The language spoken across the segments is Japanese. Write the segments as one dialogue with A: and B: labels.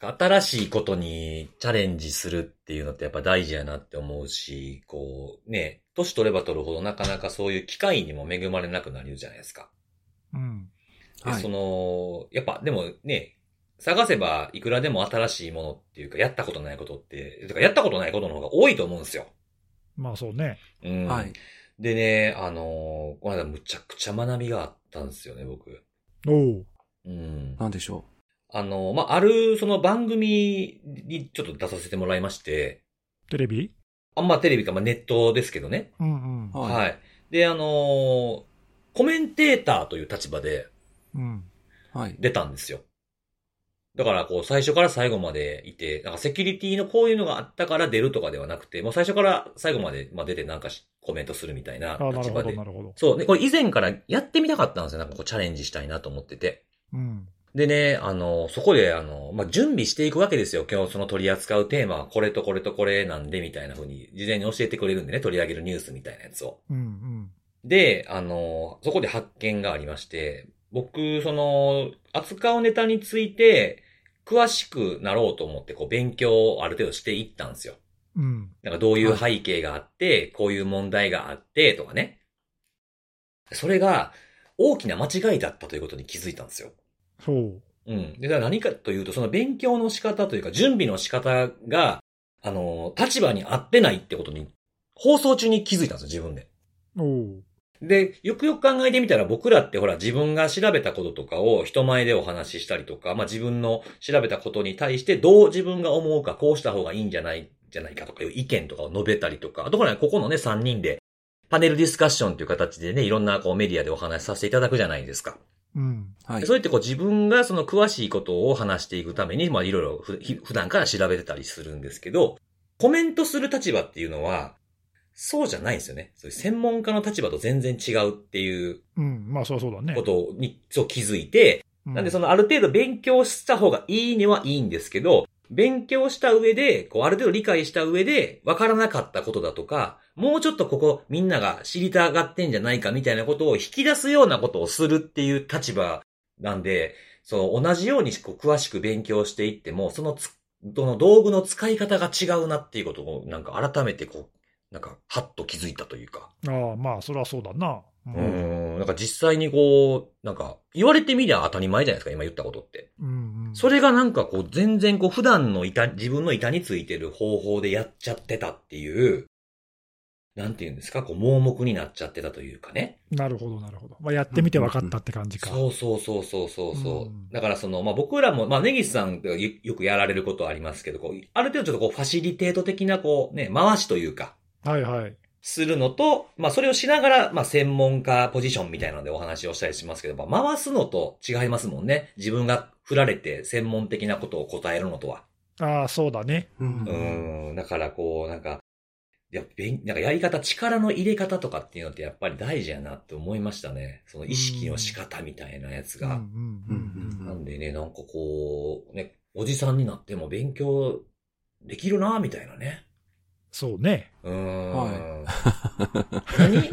A: 新しいことにチャレンジするっていうのってやっぱ大事やなって思うし、こうね、年取れば取るほどなかなかそういう機会にも恵まれなくなるじゃないですか。
B: うん。
A: で
B: はい
A: その、やっぱでもね、探せばいくらでも新しいものっていうか、やったことないことって、とかやったことないことの方が多いと思うんですよ。
B: まあそうね。
A: うん。
C: はい。
A: でね、あのーこの間むちゃくちゃ学びがあったんですよね、僕。
B: おお。
A: うん。
C: なんでしょ
A: あのーまあ、ある、その番組にちょっと出させてもらいまして、
B: テレビ
A: あんまテレビか、まあ、ネットですけどね。
B: うんうん
C: う。。
A: はい。で、あのーコメンテーターという立場で
B: うん。
C: はい。
A: 出たんですよ。だから、こう、最初から最後までいて、なんかセキュリティのこういうのがあったから出るとかではなくて、もう最初から最後まで、まあ、出てなんかしコメントするみたいな
B: ああ、なる
A: 立
B: ほ
A: 場
B: ど、
A: で
B: な。るほど。
A: そう。で、これ以前からやってみたかったんですよ。なんかこうチャレンジしたいなと思ってて。
B: うん。
A: でね、あの、そこで、あの、まあ、準備していくわけですよ。今日その取り扱うテーマはこれとこれとこれなんでみたいな風に、事前に教えてくれるんでね、取り上げるニュースみたいなやつを。
B: うんうん。
A: で、あの、そこで発見がありまして、僕、その、扱うネタについて、詳しくなろうと思って、こう、勉強をある程度していったんですよ。
B: うん。
A: なんかどういう背景があって、こういう問題があって、とかね。それが大きな間違いだったということに気づいたんですよ。
B: そう。
A: うん。で、だから何かというと、その勉強の仕方というか、準備の仕方が、あの、立場に合ってないってことに、放送中に気づいたんですよ、自分で。
B: おお。
A: で、よくよく考えてみたら僕らってほら自分が調べたこととかを人前でお話ししたりとか、まあ自分の調べたことに対してどう自分が思うか、こうした方がいいんじゃない、じゃないかとかいう意見とかを述べたりとか、あとほらここのね3人でパネルディスカッションという形でね、いろんなこうメディアでお話しさせていただくじゃないですか。
B: うん。
C: はい
A: で。そうやってこう自分がその詳しいことを話していくために、まあいろいろふひ普段から調べてたりするんですけど、コメントする立場っていうのは、そうじゃないんですよね。そういう専門家の立場と全然違うっていう
B: うん。まあそうそうだね
A: こ。とに、そう気づいて、
B: う
A: なんでそのある程度勉強した方がいいにはいいんですけど、勉強した上で、こうある程度理解した上で、わからなかったことだとか、もうちょっとここみんなが知りたがってんじゃないかみたいなことを引き出すようなことをするっていう立場なんで、その同じようにこう詳しく勉強していっても、そのつ、その道具の使い方が違うなっていうことを、なんか改めてこう、なんか、はっと気づいたというか。
B: ああ、まあそれはそうだな。う。
A: うんん、なんか実際にこう、なんか、言われてみりゃ当たり前じゃないですか、今言ったことって。
B: うんうん。
A: それがなんかこう、全然こう、普段の板、自分の板についてる方法でやっちゃってたっていう、なんて言うんですか、こう、盲目になっちゃってたというかね。
B: なるほど、なるほど。まあやってみて分かったって感じか。
A: そうそうそうそうそうそう。
B: うん
A: だからその、まあ、僕らも、まあ、ネギスさんがよよくやられることはありますけど、こう、ある程度ちょっとこう、ファシリテート的なこう、ね、回しというか、
B: はいはい。
A: するのと、まあそれをしながら、まあ専門家ポジションみたいなのでお話をしたりしますけど、まあ回すのと違いますもんね。自分が振られて専門的なことを答えるのとは。
B: ああ、そうだね。
C: う
A: うんーん、だからこう、なんか、いや、勉なんかやり方、力の入れ方とかっていうのってやっぱり大事やなって思いましたね。その意識の仕方みたいなやつ
B: うんう
A: が。
B: んうんうん
C: う
B: ん。
A: なんでね、なんかこう、ね、おじさんになっても勉強できるなみたいなね。
B: そうね。
A: うーん。
C: は
A: 何
C: はい。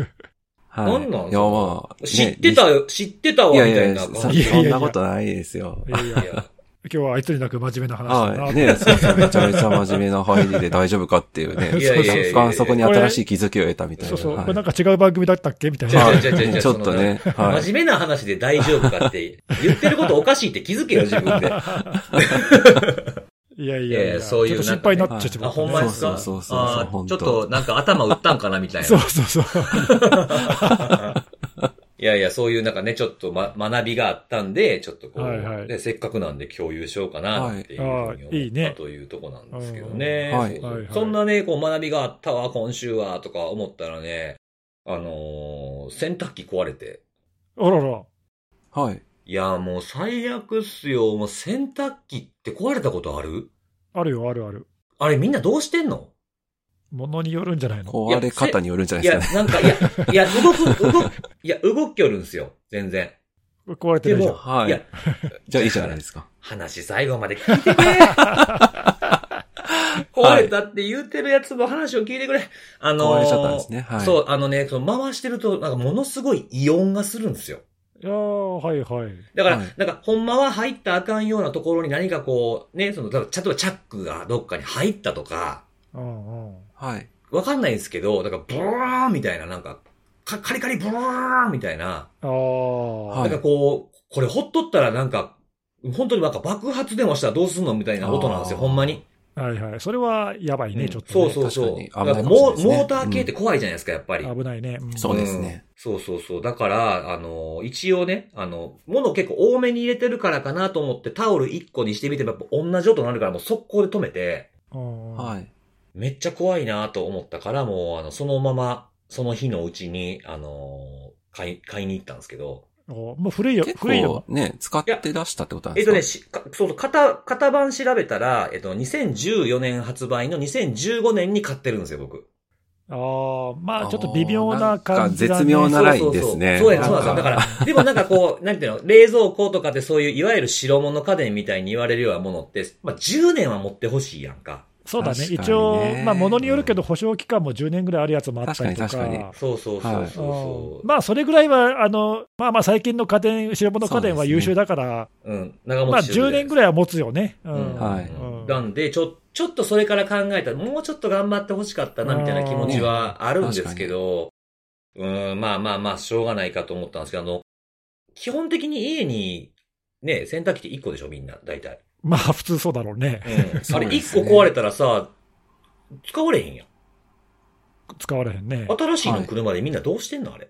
A: なんなん
C: いや、まあ。
A: 知
C: ね
A: ってた、知ってたわ、
C: い
A: み
C: や
A: た
C: いや
A: い
C: いや、
A: な
C: そ
A: 感
C: そ
A: じ。
B: いやいやい
C: ん
B: や
C: なことないですよ。
B: いやいや、
A: い
B: 今
A: や
B: 日はあいつになく真面目な話だな。
C: はい。ねそうそう、めちゃめちゃ真面目な入りで大丈夫かっていうね。
B: いやいやいや
C: そこはそこに新しい気づきを得たみたいな。
B: そうそう。
C: はい
B: これなんか違う番組だったっけみたいな。
A: 違う
C: はい
A: 違う違う違う
C: ちょっとね。はい。
A: 真面目な話で大丈夫かって、言ってることおかしいって気づけよ、自 分で。あ、
B: いやい
A: いや
B: や
A: いやそういう
B: ちょっと心配になっちゃって
A: ほんまですか
C: そうそうそうそう
A: あー
C: 本
A: ちょ
C: 当
A: っとなんか頭打ったんかな、みたい
B: そう
A: な。
B: そうそう。
A: いやいや、そういうなんかね、ちょっと、ま、学びがあったんで、ちょっとこう、
B: はいはい
A: ねせっかくなんで共有しようかな、っていうふうに
B: はいあーいい
A: 思っ
B: ね
A: たというとこなんですけどね。
C: うんはい
A: そうそう
B: はいはい
A: そんなね、こう学びがあったわ、今週は、とか思ったらね、あのー洗濯機壊れて、
B: あらら。
C: はい。
A: いや、もう最悪っすよ。もう洗濯機って壊れたことある
B: あるよ、あるある。
A: あれみんなどうしてんの
B: ものによるんじゃないの
C: 壊れ方によるんじゃない
A: い
C: です
A: や
C: かね。、
A: なんか、いや、いや、動く、動く、いや、動きよるんすよ。全然。
B: 壊れてないじゃん。
A: で
C: はい
A: や
C: い。じゃあいいじゃないですか。
A: 話最後まで聞いて くれ壊れたって言うてるやつの話を聞いてくれ。あのー
C: 壊れちゃったんですねはい
A: そう、あのね、その回してると、なんかものすごい異音がするんですよ。
B: いやー、はいはい。
A: だから、
C: はい
A: なんか、ほんまは入ったらあかんようなところに何かこう、ね、その、例えばチャ例えばチャックがどっかに入ったとか、
B: うんうん。
C: はい。
A: わかんないんですけど、だから、ブーンみたいな、なんか、かカリカリブーンみたいな、
B: ああ、
C: は
A: なんかこう、これほっとったらなんか、本当になんか爆発でもしたらどうすんのみたいな音なんですよ、
C: あ
A: ほ
C: ー
A: んまに。
B: はいはい。それはやばいね、
A: うん
B: ちょっと、ね。
A: そうそうそう。だか
C: 確か
A: ら
C: に危ないか
A: モー
C: もしれないですね
A: モーター系って怖いじゃないですか、やっぱり。
B: 危ないね。ん
C: そうですね
A: うん。そうそうそう。だから、あの、一応ね、あの、物を結構多めに入れてるからかなと思って、タオル1個にしてみても、やっぱ同じ音になるから、もう速攻で止めて、
B: うんうん
C: はい。
A: めっちゃ怖いなと思ったから、もう、あの、そのまま、その日のうちに、あの、買い、買いに行ったんですけど、
B: おもう古いよ、
C: 結
B: 古いよ
C: 構。ね、使って出したってことなん
A: え
C: で
A: っ
C: す
A: と
C: か
A: ね、しかそうそう、型、型番調べたら、えっと、2014年発売の2015年に買ってるんですよ、僕。
B: ああ、ま
C: あ
B: あ
C: ー
B: ちょっと微妙な感じだ、ね。
C: なんか絶妙なラインですね
A: そうそうそう
B: な
A: そ
B: ん
A: うや
B: か
A: ね、そうなんですよ。だから、でもなんかこう、 なんていうの、冷蔵庫とかでそういう、いわゆる白物家電みたいに言われるようなものって、まあ、10年は持ってほしいやんか。
B: そうだね。
C: 確かにね
B: 一応、まあ物によるけど保証期間も10年ぐらいあるやつもあったりとか。
C: 確かに確
A: そうそうそうそうそう。
B: まあそれぐらいは、あの、まあまあ最近の家電、白物家電は優秀だから、
A: うん、長持
B: まあ
A: ちする
B: 10年ぐらいは持つよね。う
A: うん
B: ん。
C: はい
B: うん
A: なんで、ちょ、ちょっとそれから考えたら、もうちょっと頑張ってほしかったな、みたいな気持ちはあるんですけど、うん、まあまあまあ、しょうがないかと思ったんですけど、あの、基本的に家に、ね、洗濯機って1個でしょ、みんな、大体。
B: まあ普通そうだろうね。
A: うん。
C: そ
A: あ
C: う
A: れ
C: です
A: 1
C: ね
A: 個壊れたらさ、使われへんやん。
B: 使われへんね。
A: 新しいの車でみんなどうしてんのあれ。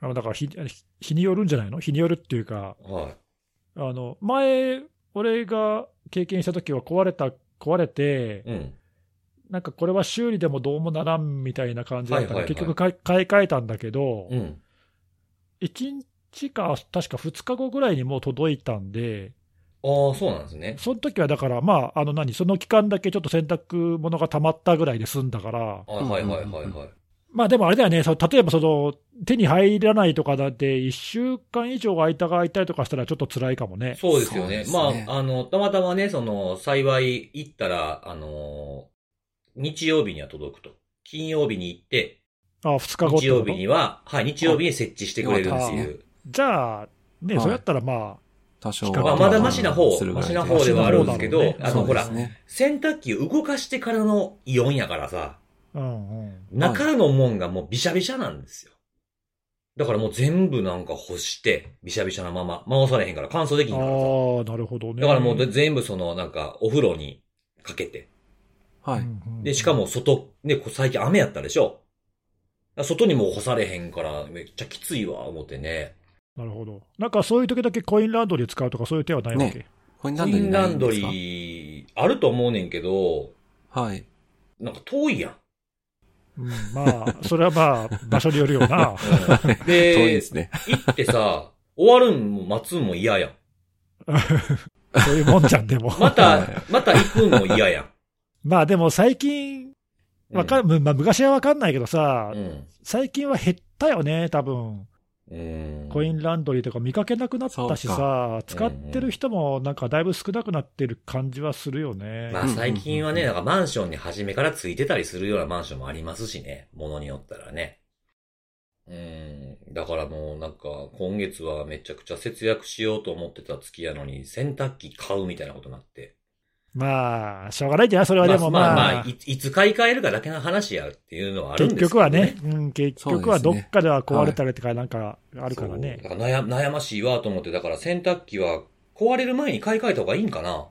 B: あのだから日日日によるんじゃないの日によるっていうか、
A: はい。
B: あの、前、俺が経験した時は壊れた、壊れて、
A: うん。
B: なんかこれは修理でもどうもならんみたいな感じだったから、
A: はいはいはい
B: 結局買い買い替えたんだけど、
A: うん。
B: 1日か、確か2日後ぐらいにもう届いたんで、
A: ああ、そうなんですね。
B: その時はだから、まあ、あの何、その期間だけちょっと洗濯物が溜まったぐらいで済んだから、
A: はいはいはいはいはい。
B: まあでもあれだよね、その例えばその手に入らないとかだって、1週間以上空いたが空いたりとかしたら、ちょっと辛いかもね。
A: そうですよね。
C: そうですね
A: まあ、あの、たまたまね、その、幸い行ったら、あのー日曜日には届くと。金曜日に行って、
B: あ2日後っ
A: 日
B: てこ
A: 曜
B: と
A: 日には、はい、日曜日に設置してくれるって
B: よ
A: いう。
B: じゃあ、ね、
C: はい
B: それやったらま
C: 多少
B: あ
C: は。
A: まあ、まだマシな方
C: する、
A: マ
C: ぐらい
A: シ
C: で
A: な方ではあるんですけど、
B: マシな
A: あ
B: 方だろ
A: の、ほ
B: うね
C: そ
A: ら
C: う、ですね
A: 洗濯機動かしてからのイオンやからさ、
B: あ、うんうん。
A: 中のもんがもうびしゃびしゃなんですよ。だからもう全部なんか干して、びしゃびしゃなまま、回されへんから乾燥でき
B: あ
A: ひんからさ。
B: あ、なるほどね。
A: だからもうで全部そのなんかお風呂にかけて。
C: はい。
A: で、しか、も外、ね、こう最近雨やったでしょだから外にも干されへんからめっちゃきついわ、思ってね。
B: なるほど。なんかそういう時だけコインランドリー使うとかそういう手はないわけ。
C: コインラ
A: コ
C: ン
A: イ
C: ドリー
A: ン
C: な
A: ラ
C: い
A: ン
C: ん
A: ド
C: ですか
A: リーあると思うねんけど、
C: はい。
A: なんか遠 いやん。
B: うん、まあ、それはまあ、場所によるよ
A: う
B: な。
A: ん
C: 遠い
A: で
C: で、すね。
A: 行ってさ、終わるんも待つんも嫌やん。
B: そういうもんじゃん、でも。
A: ま
C: は
A: た
C: い、
A: また行くんも嫌やん。
B: まあでも最近、
A: うん
B: わか、まあ昔はわかんないけどさ、
A: うん。
B: 最近は減ったよね、多
A: う
B: 分。
A: ん
B: コインランドリーとか見かけなくなったしさ、
A: そう
B: 使
A: か
B: ってる人もなんかだいぶ少なくなってる感じはするよね。
A: まあ最近はね、なんかマンションに初めからついてたりするようなマンションもありますしね、ものによったらね。うん、だからもうなんか今月はめちゃくちゃ節約しようと思ってた月やのに洗濯機買うみたいなことになって。
B: まあ、しょうがないんじゃないそれはでもまあ。
A: まあまあい、いつ買い替えるかだけの話やっていうのはあるんで
B: 結
A: すけど、
B: 局はね、うん、結局は
C: そ
B: ど
C: うですね
B: っかでは壊れたりとか、なんかあるからね
A: そ。うだから悩悩ましいわと思って、だから洗濯機は壊れる前に買い替えた方がいいんかな。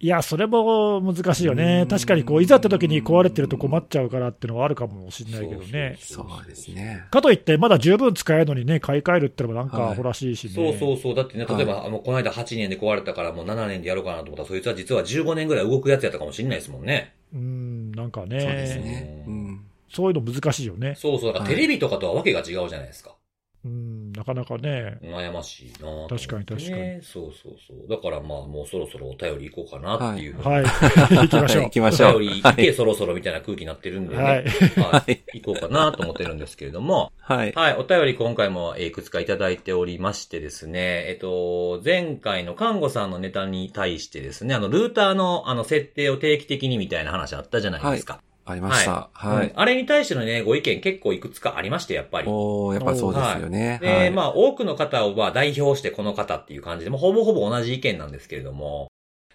B: いや、それも難しいよ
C: う
B: ね
C: ん。
B: 確かにこう、いざって時に壊れてると困っちゃうからっていうのはあるかもしれないけどね。
C: そうですね。
B: かといって、まだ十分使えるのにね、買い替えるってのもなん
C: は
B: か
C: い
B: ほらしいしね。
A: そうそうそう。だってね、例えば、
C: は
A: あの、この間8年で壊れたからもう7年でやろうかなと思ったら、そいつは実は15年ぐらい動くやつやったかもしれないですもんね。
B: うん、なんか
C: そうです
B: ね、
C: ね。うん。
B: そういうの難しいよね。
A: そうそう。だから
C: はい
A: テレビとかとはわけが違うじゃないですか。
B: うん、なかな かね。
A: 悩ましいなと思ってね
B: 確かに確かに。
A: そうそうそう。だからまあ、もうそろそろお便り行こうかなっていう。
B: はい。行きましょ
C: 行きましょ
A: お
C: う。
A: 便り行って、そろそろみたいな空気になってるんで
B: う。
A: ね。
B: はい。
A: はい。行こうかなと思ってるんですけれども。
C: はい。
A: はい。お便り今回もえーいくつかいただいておりましてですね。えっと、前回の看護さんのネタに対してですね、あの、ルーターのあの、設定を定期的にみたいな話あったじゃないですか。
C: ありました。は
A: うん
C: い。
A: あれに対してのね、ご意見結構いくつかありまして、やっぱり。
C: おー、やっぱそうですよね。
A: で、
C: はい。
A: まあ、多くの方をまあ代表してこの方っていう感じで、もうほぼほぼ同じ意見なんですけれども、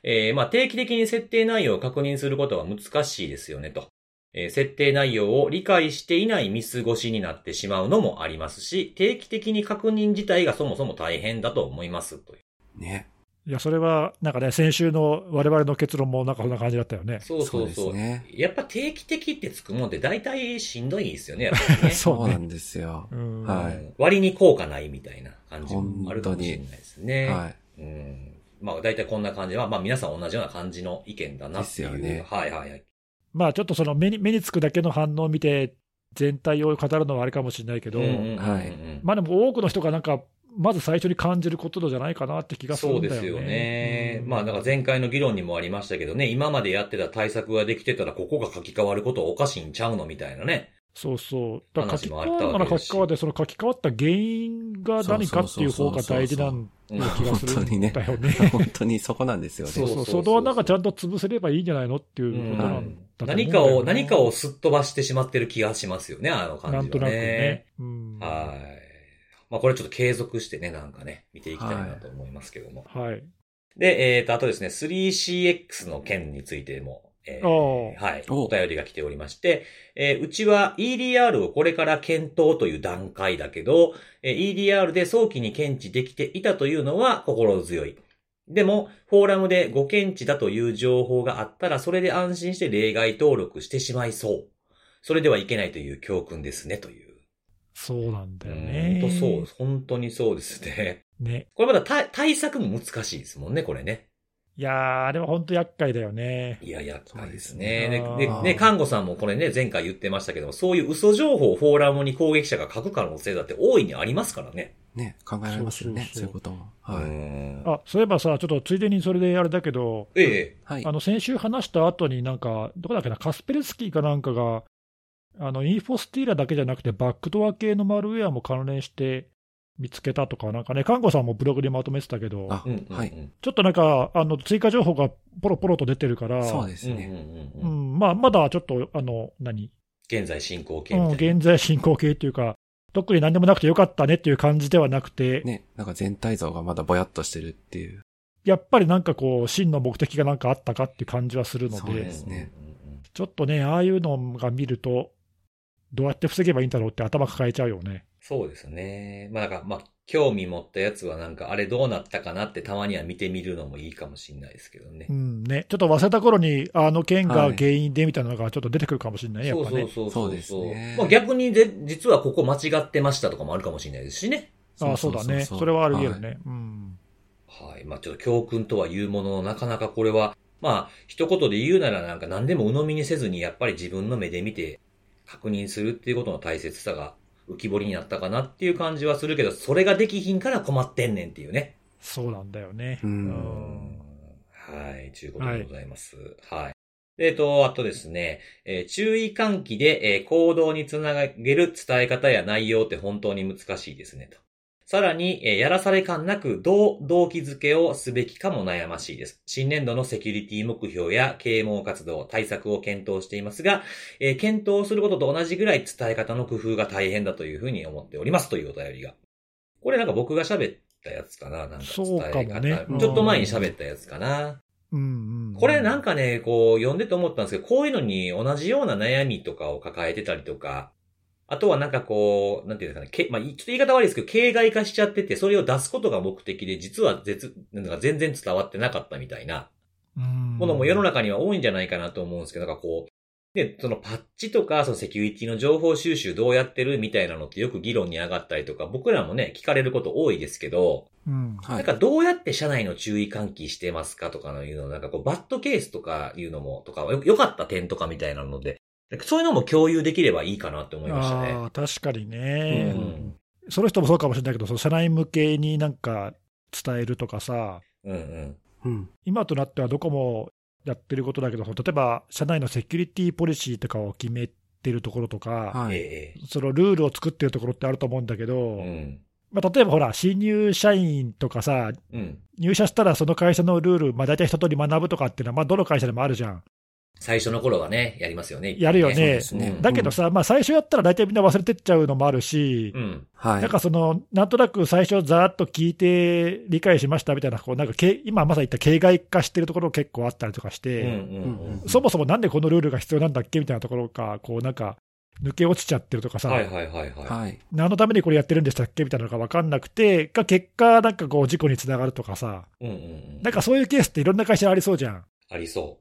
A: えーまあ、定期的に設定内容を確認することは難しいですよね、と。えー設定内容を理解していない見過ごしになってしまうのもありますし、定期的に確認自体がそもそも大変だと思います、という。
C: ね。
B: いや、それはなんかね、先週の我々の結論もなんかそんな感じだったよね。
A: そうそう
C: です
A: そう。
C: ね。
A: やっぱ定期的ってつくもんって大体しんどいですよね、やっぱ りね。
B: そ
C: そうう
B: ね
C: なんですよ。
B: うん
C: は
A: うん割に効果ないみたいな感じもあるかもしれないですね。
C: はい。
A: うん。まあ、大体こんな感じは、まあ、皆さん同じような感じの意見だなっていう。
C: ですよね
A: はいはいはい。
B: まあちょっとその目に目につくだけの反応を見て、全体を語るのはあれかもしれないけど、
C: はい
B: まあでも多くの人がなんか、まず最初に感じることじゃないかなって気がする
A: そうん
B: だ
A: で
B: よね。
A: すよね。
B: うん
A: まあ、なんか前回の議論にもありましたけどね、今までやってた対策ができてたら、ここが書き換わることおかしいんちゃうのみたいなね。
B: そうそう。だから
A: 話
B: 書き換
A: もあ
B: わ
A: っ
B: る
A: た
B: な
A: わ
B: ら
A: けで
B: 書き
A: すし
B: 換わって、その書き換わった原因が何かっていう方が大事なん
A: うん
B: な気がするんだよね。
C: 本当にそこなんですよ
B: そう
C: ね。
B: そう、
A: そうそうそ
B: そうこはなんかちゃんと潰せればいいんじゃないのっていううこと
A: ん
B: なんだと思うんだよな
A: 何かを、何かをすっ飛ばしてしまってる気がしますよね、あの感じ
B: な
A: は
B: んとなくね。うん
A: はい。まあ、これちょっと継続してね、なんかね、見ていきたいなと思いますけども。
B: はい。
A: で、えっ、と、あとですね、3CX の件についても、えー
B: おー
A: はい、
C: お
A: お便りが来ておりまして、えーうちは EDR をこれから検討という段階だけど、えー EDR で早期に検知できていたというのは心強い。でも、フォーラムでご検知だという情報があったら、それで安心して例外登録してしまいそう。それではいけないという教訓ですね、という。
B: そうなんだよ
A: 本
B: ね。
A: 当そう、本当にそうですね。
B: ね。
A: これまだ対対策も難しいですもんね、これね。
B: いやー、でも本当厄介だよね。
A: いや、厄介です
B: そう
A: ね
B: です。ね
A: で、
B: あ
A: で
B: ー
A: ね、看護さんもこれね、前回言ってましたけども、そういう嘘情報をフォーラムに攻撃者が書く可能性だって大いにありますからね。
C: ね、考えられますよね。
B: そうそ
C: そういうう
B: そ
C: ことも。はい。
A: い。
B: あ、そういえばさ、ちょっとついでにそれであれだけど、
A: ええ。
C: はい
B: あ。の、先週話した後になんか、どこだっけな、カスペルスキーかなんかが、あの、インフォスティーラだけじゃなくて、バックドア系のマルウェアも関連して見つけたとか、なんかね、看護さんもブログでまとめてたけど、
C: あ
A: うん、うん。
C: は
A: う
C: い。
A: ん
B: ちょっとなんか、あの、追加情報がポロポロと出てるから、
C: そうです
A: うん
C: ね。
A: うんう
B: う
A: ん。
B: ん、まあ、まだちょっと、あの、何
A: 現在進行形
B: うん、
A: みたいな。
B: 現在進行形っていうか、特に何でもなくてよかったねっていう感じではなくて、
C: ね、なんか全体像がまだぼやっとしてるっていう。
B: やっぱりなんかこう、真の目的がなんかあったかっていう感じはするの
C: そう
B: で、
C: ですね
A: うんうんうんうん。
B: ちょっとね、ああいうのが見ると、どうやって防げばいいんだろうって頭抱えちゃうよね。
A: そうですね。まあ、なんか、まあ、興味持ったやつはなんか、あれどうなったかなってたまには見てみるのもいいかもしれないですけどね
B: う。んね。ちょっと忘れた頃に、あの件が
C: はい
B: 原因でみたいなのがちょっと出てくるかもしれないね、やっぱね。
A: そう
C: そうですね
A: まあ、逆にぜ、実はここ間違ってましたとかもあるかもしれないですしね。
B: ああ、そうだね。それはあり得るね。うん。
A: はい。まあちょっと教訓とは言うものの、なかなかこれは、まあ一言で言うならなんか何でも鵜呑みにせずに、やっぱり自分の目で見て確認するっていうことの大切さが浮き彫りになったかなっていう感じはするけど、それができひんから困ってんねんっていうね。
B: そうなんだよね。
C: う。
A: うん
B: ん
A: はい。ちゅうことでございます。はい。でえっと、あとですね、えー注意喚起で、えー行動につなげる伝え方や内容って本当に難しいですね、と。さらに、えーやらされ感なく、どう動機づけをすべきかも悩ましいです。新年度のセキュリティ目標や啓蒙活動、対策を検討していますが、えー検討することと同じぐらい伝え方の工夫が大変だというふうに思っておりますというお便りが。これなんか僕が喋ったやつかななんか伝
B: そうか
A: え
B: も
A: 方、
B: ねうん
A: ちょっと前に喋ったやつかな。
B: うんうん。
A: これなんかね、こう、読んでて思ったんですけど、こういうのに同じような悩みとかを抱えてたりとか、あとはなんかこう、なんていうんですかね、けまあ、いちょっと言い方悪いですけど、形骸化しちゃってて、それを出すことが目的で、実は絶、なんか全然伝わってなかったみたいな
B: うん、
A: ものも世の中には多いんじゃないかなと思うんですけど、なんかこう、で、そのパッチとか、そのセキュリティの情報収集どうやってるみたいなのってよく議論に上がったりとか、僕らもね、聞かれること多いですけど、
B: うん。
C: は
A: なん
C: い。
A: かどうやって社内の注意喚起してますかとかのいうの、なんかこうバッドケースとかいうのも、とか、よ良かった点とかみたいなので、なんかそういうのも共有できればいいかなって思いましたね。
B: ああ、確かに
A: う
B: ね。
A: ん。
B: その人もそうかもしれないけど、その社内向けになんか伝えるとかさ、
A: うんうん。
C: うん。
B: 今となってはどこもやってることだけど、その例えば社内のセキュリティポリシーとかを決めてるところとか、
C: はい。
A: え
B: そのルールを作ってるところってあると思うんだけど、
A: えうん。
B: まあ、例えばほら、新入社員とかさ、
A: うん。
B: 入社したらその会社のルール、まあ、大体一通り学ぶとかっていうのは、まあ、どの会社でもあるじゃん。
A: 最初の頃はね、やりますよね。
B: やるよ
C: そう
B: ね
C: ですね。
B: だけどさ、まあ最初やったら大体みんな忘れてっちゃうのもあるし
A: う、ん。
C: はい。
B: なんかその、なんとなく最初ざーっと聞いて理解しましたみたいな、こうなんかけ、今まさに言った形骸化してるところ結構あったりとかし
A: うんう
B: て、
A: ん
B: そもそもなんでこのルールが必要なんだっけみたいなところが、こうなんか、抜け落ちちゃってるとか
A: う
B: さ、
A: ん。はいはいはいはい。
C: はい。
B: 何のためにこれやってるんでしたっけみたいなのが分かんなくて、が結果、なんかこう、事故につながるとかさ、
A: うんうんうん。
B: なんかそういうケースっていろんな会社ありそうじゃん。
A: ありそ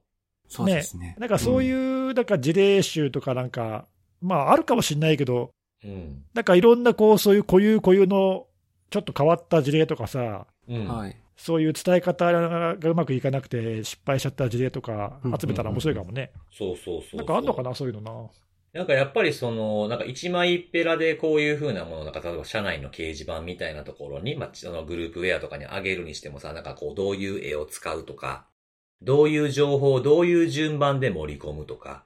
C: そうですね。
B: なんかそういうう、なんか事例集とかなんか、まああるかもしれないけど、
A: う。うん。
B: なんかいろんなこう、そういう固有固有の、ちょっと変わった事例とかさ、
A: うん。
C: ん。はい。
B: そういう伝え方がうまくいかなくて失敗しちゃった事例とか集めたら面白いかもね。
A: そうそうそうそう。
B: なんかあんのかな、そういうの
A: なんかやっぱりその、なんか一枚ペラでこういう風なもの、なんか例えば社内の掲示板みたいなところに、まあ、そのグループウェアとかに上げるにしてもさ、なんかこうどういう絵を使うとか、どういう情報をどういう順番で盛り込むとか、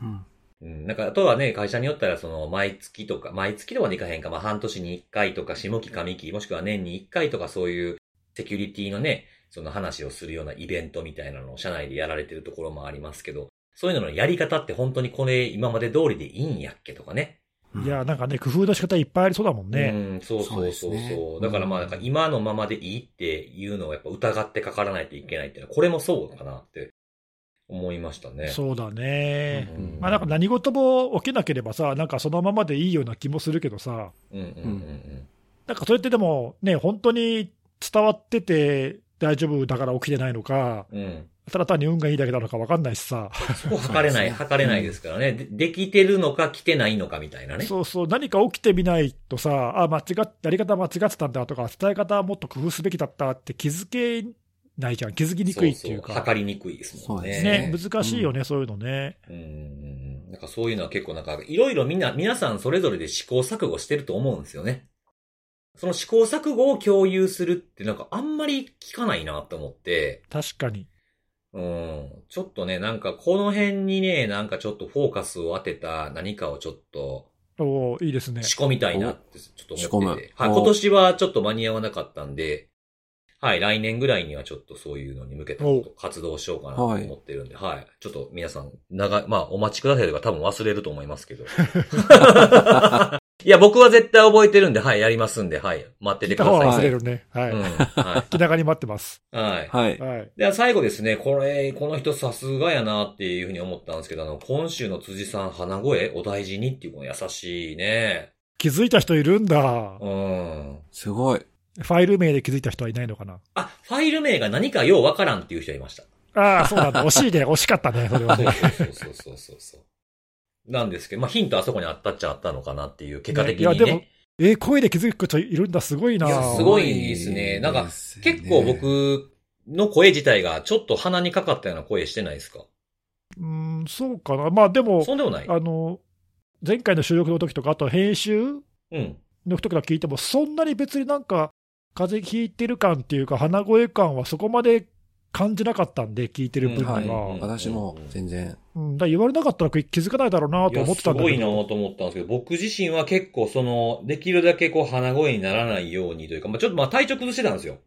C: うん。
A: うん、なんか、あとはね、会社によったら、その、毎月とか、毎月とかでいかへんか、まあ、半年に1回とか、下期、上期、もしくは年に1回とか、そういう、セキュリティのね、その話をするようなイベントみたいなのを、社内でやられてるところもありますけど、そういうののやり方って本当にこれ、今まで通りでいいんやっけとかね。
C: う
B: な。
C: ん
B: いや、なんかね、工夫の仕方いっぱいありそうだもんね。
A: うん、そうそうそうそう。
C: そうですね
A: だからまあ、なんか今のままでいいっていうのをやっぱ疑ってかからないといけないっていうのは、これもそうかなって思いましたね。
B: そうだね。
A: うん
B: まあなんか何事も起きなければさ、なんかそのままでいいような気もするけどさ、
A: うんうんうんうん。
B: なんかそれってでもね、本当に伝わってて大丈夫だから起きてないのか、
A: うん。
B: ただ単に運がいいだけなのか分かんないしさ、
A: そこ測れない、
C: そうですね
A: 測れないですからね。でできてるのか、来てないのかみたいなね。
B: そうそう、何か起きてみないとさ、あ、間違っやり方間違ってたんだとか、伝え方もっと工夫すべきだったって気づけないじゃん、気づきにくいっていう
A: そ
B: か、
A: そ測りにくいですもんね。
C: そう
B: ね
C: で、
B: 難しいよね、そういうのね。
A: うん。なんかそういうのは結構なんか、いろいろみんな、皆さんそれぞれで試行錯誤してると思うんですよね。その試行錯誤を共有するってなんかあんまり聞かないなと思って、
B: 確かに。
A: うん。ちょっとね、なんかこの辺にね、なんかちょっとフォーカスを当てた何かをちょっと
B: おーいいですね。
A: 仕込みたいなって、ちょっと思ってて。
C: 仕込
A: はい、
C: むお
A: 今年はちょっと間に合わなかったんで、はい、来年ぐらいにはちょっとそういうのに向けたこと活動しようかなと思ってるんで、はい、ちょっと皆さん、長い、まあ、お待ちくださいとか多分忘れると思いますけど。いや、僕は絶対覚えてるんで、はい、やりますんで、はい、待って
B: 聞
A: て
B: い
A: くだ
B: た
A: さ
B: 方
A: い。
B: は
A: は
B: 忘
A: い
B: れるね。はい。
A: うん、は
B: 気長に待ってます。
A: い。はい。
C: はい。
B: はい。
A: では最後ですね、これ、この人さすがやなっていうふうに思ったんですけど、あの、今週の辻さん、鼻声、お大事にっていうこの優しいね。
B: 気づいた人いるんだ。
A: うん。
C: すごい。
B: ファイル名で気づいた人はいないのかな。
A: あ、ファイル名が何かようわからんっていう人いました。
B: ああ、そ うなんだ。惜しいね。惜しかったね、それは
A: そ
B: ね。
A: うそうそうそうそうそう。なんですけど、まあヒントあそこにあったっちゃあったのかなっていう、結果的にね。
B: いや、でも、えー声で気づく人いるんだ。すごいな。
A: いやすごいですねなんか
C: ですね
A: 結構、僕の声自体がちょっと鼻にかかったような声してないですか
B: うーん、そうかな。まあでも、
A: そんでもない。
B: あの、前回の収録の時とか、あと編集
A: うん。
B: の時から聞いても、そんなに別になんか、風邪ひいてる感っていうか、鼻声感はそこまで感じなかったんで、聞いてる分には。
C: はい
A: うん
C: 私も全然。
B: うん、だから言われなかったら気づかないだろうなと思ってたんだ
A: いや
B: け
A: すごい
B: ど、
A: なと思ったんですけど、僕自身は結構その、できるだけこう鼻声にならないようにというか、まあちょっとまあ体調崩してたんですよ。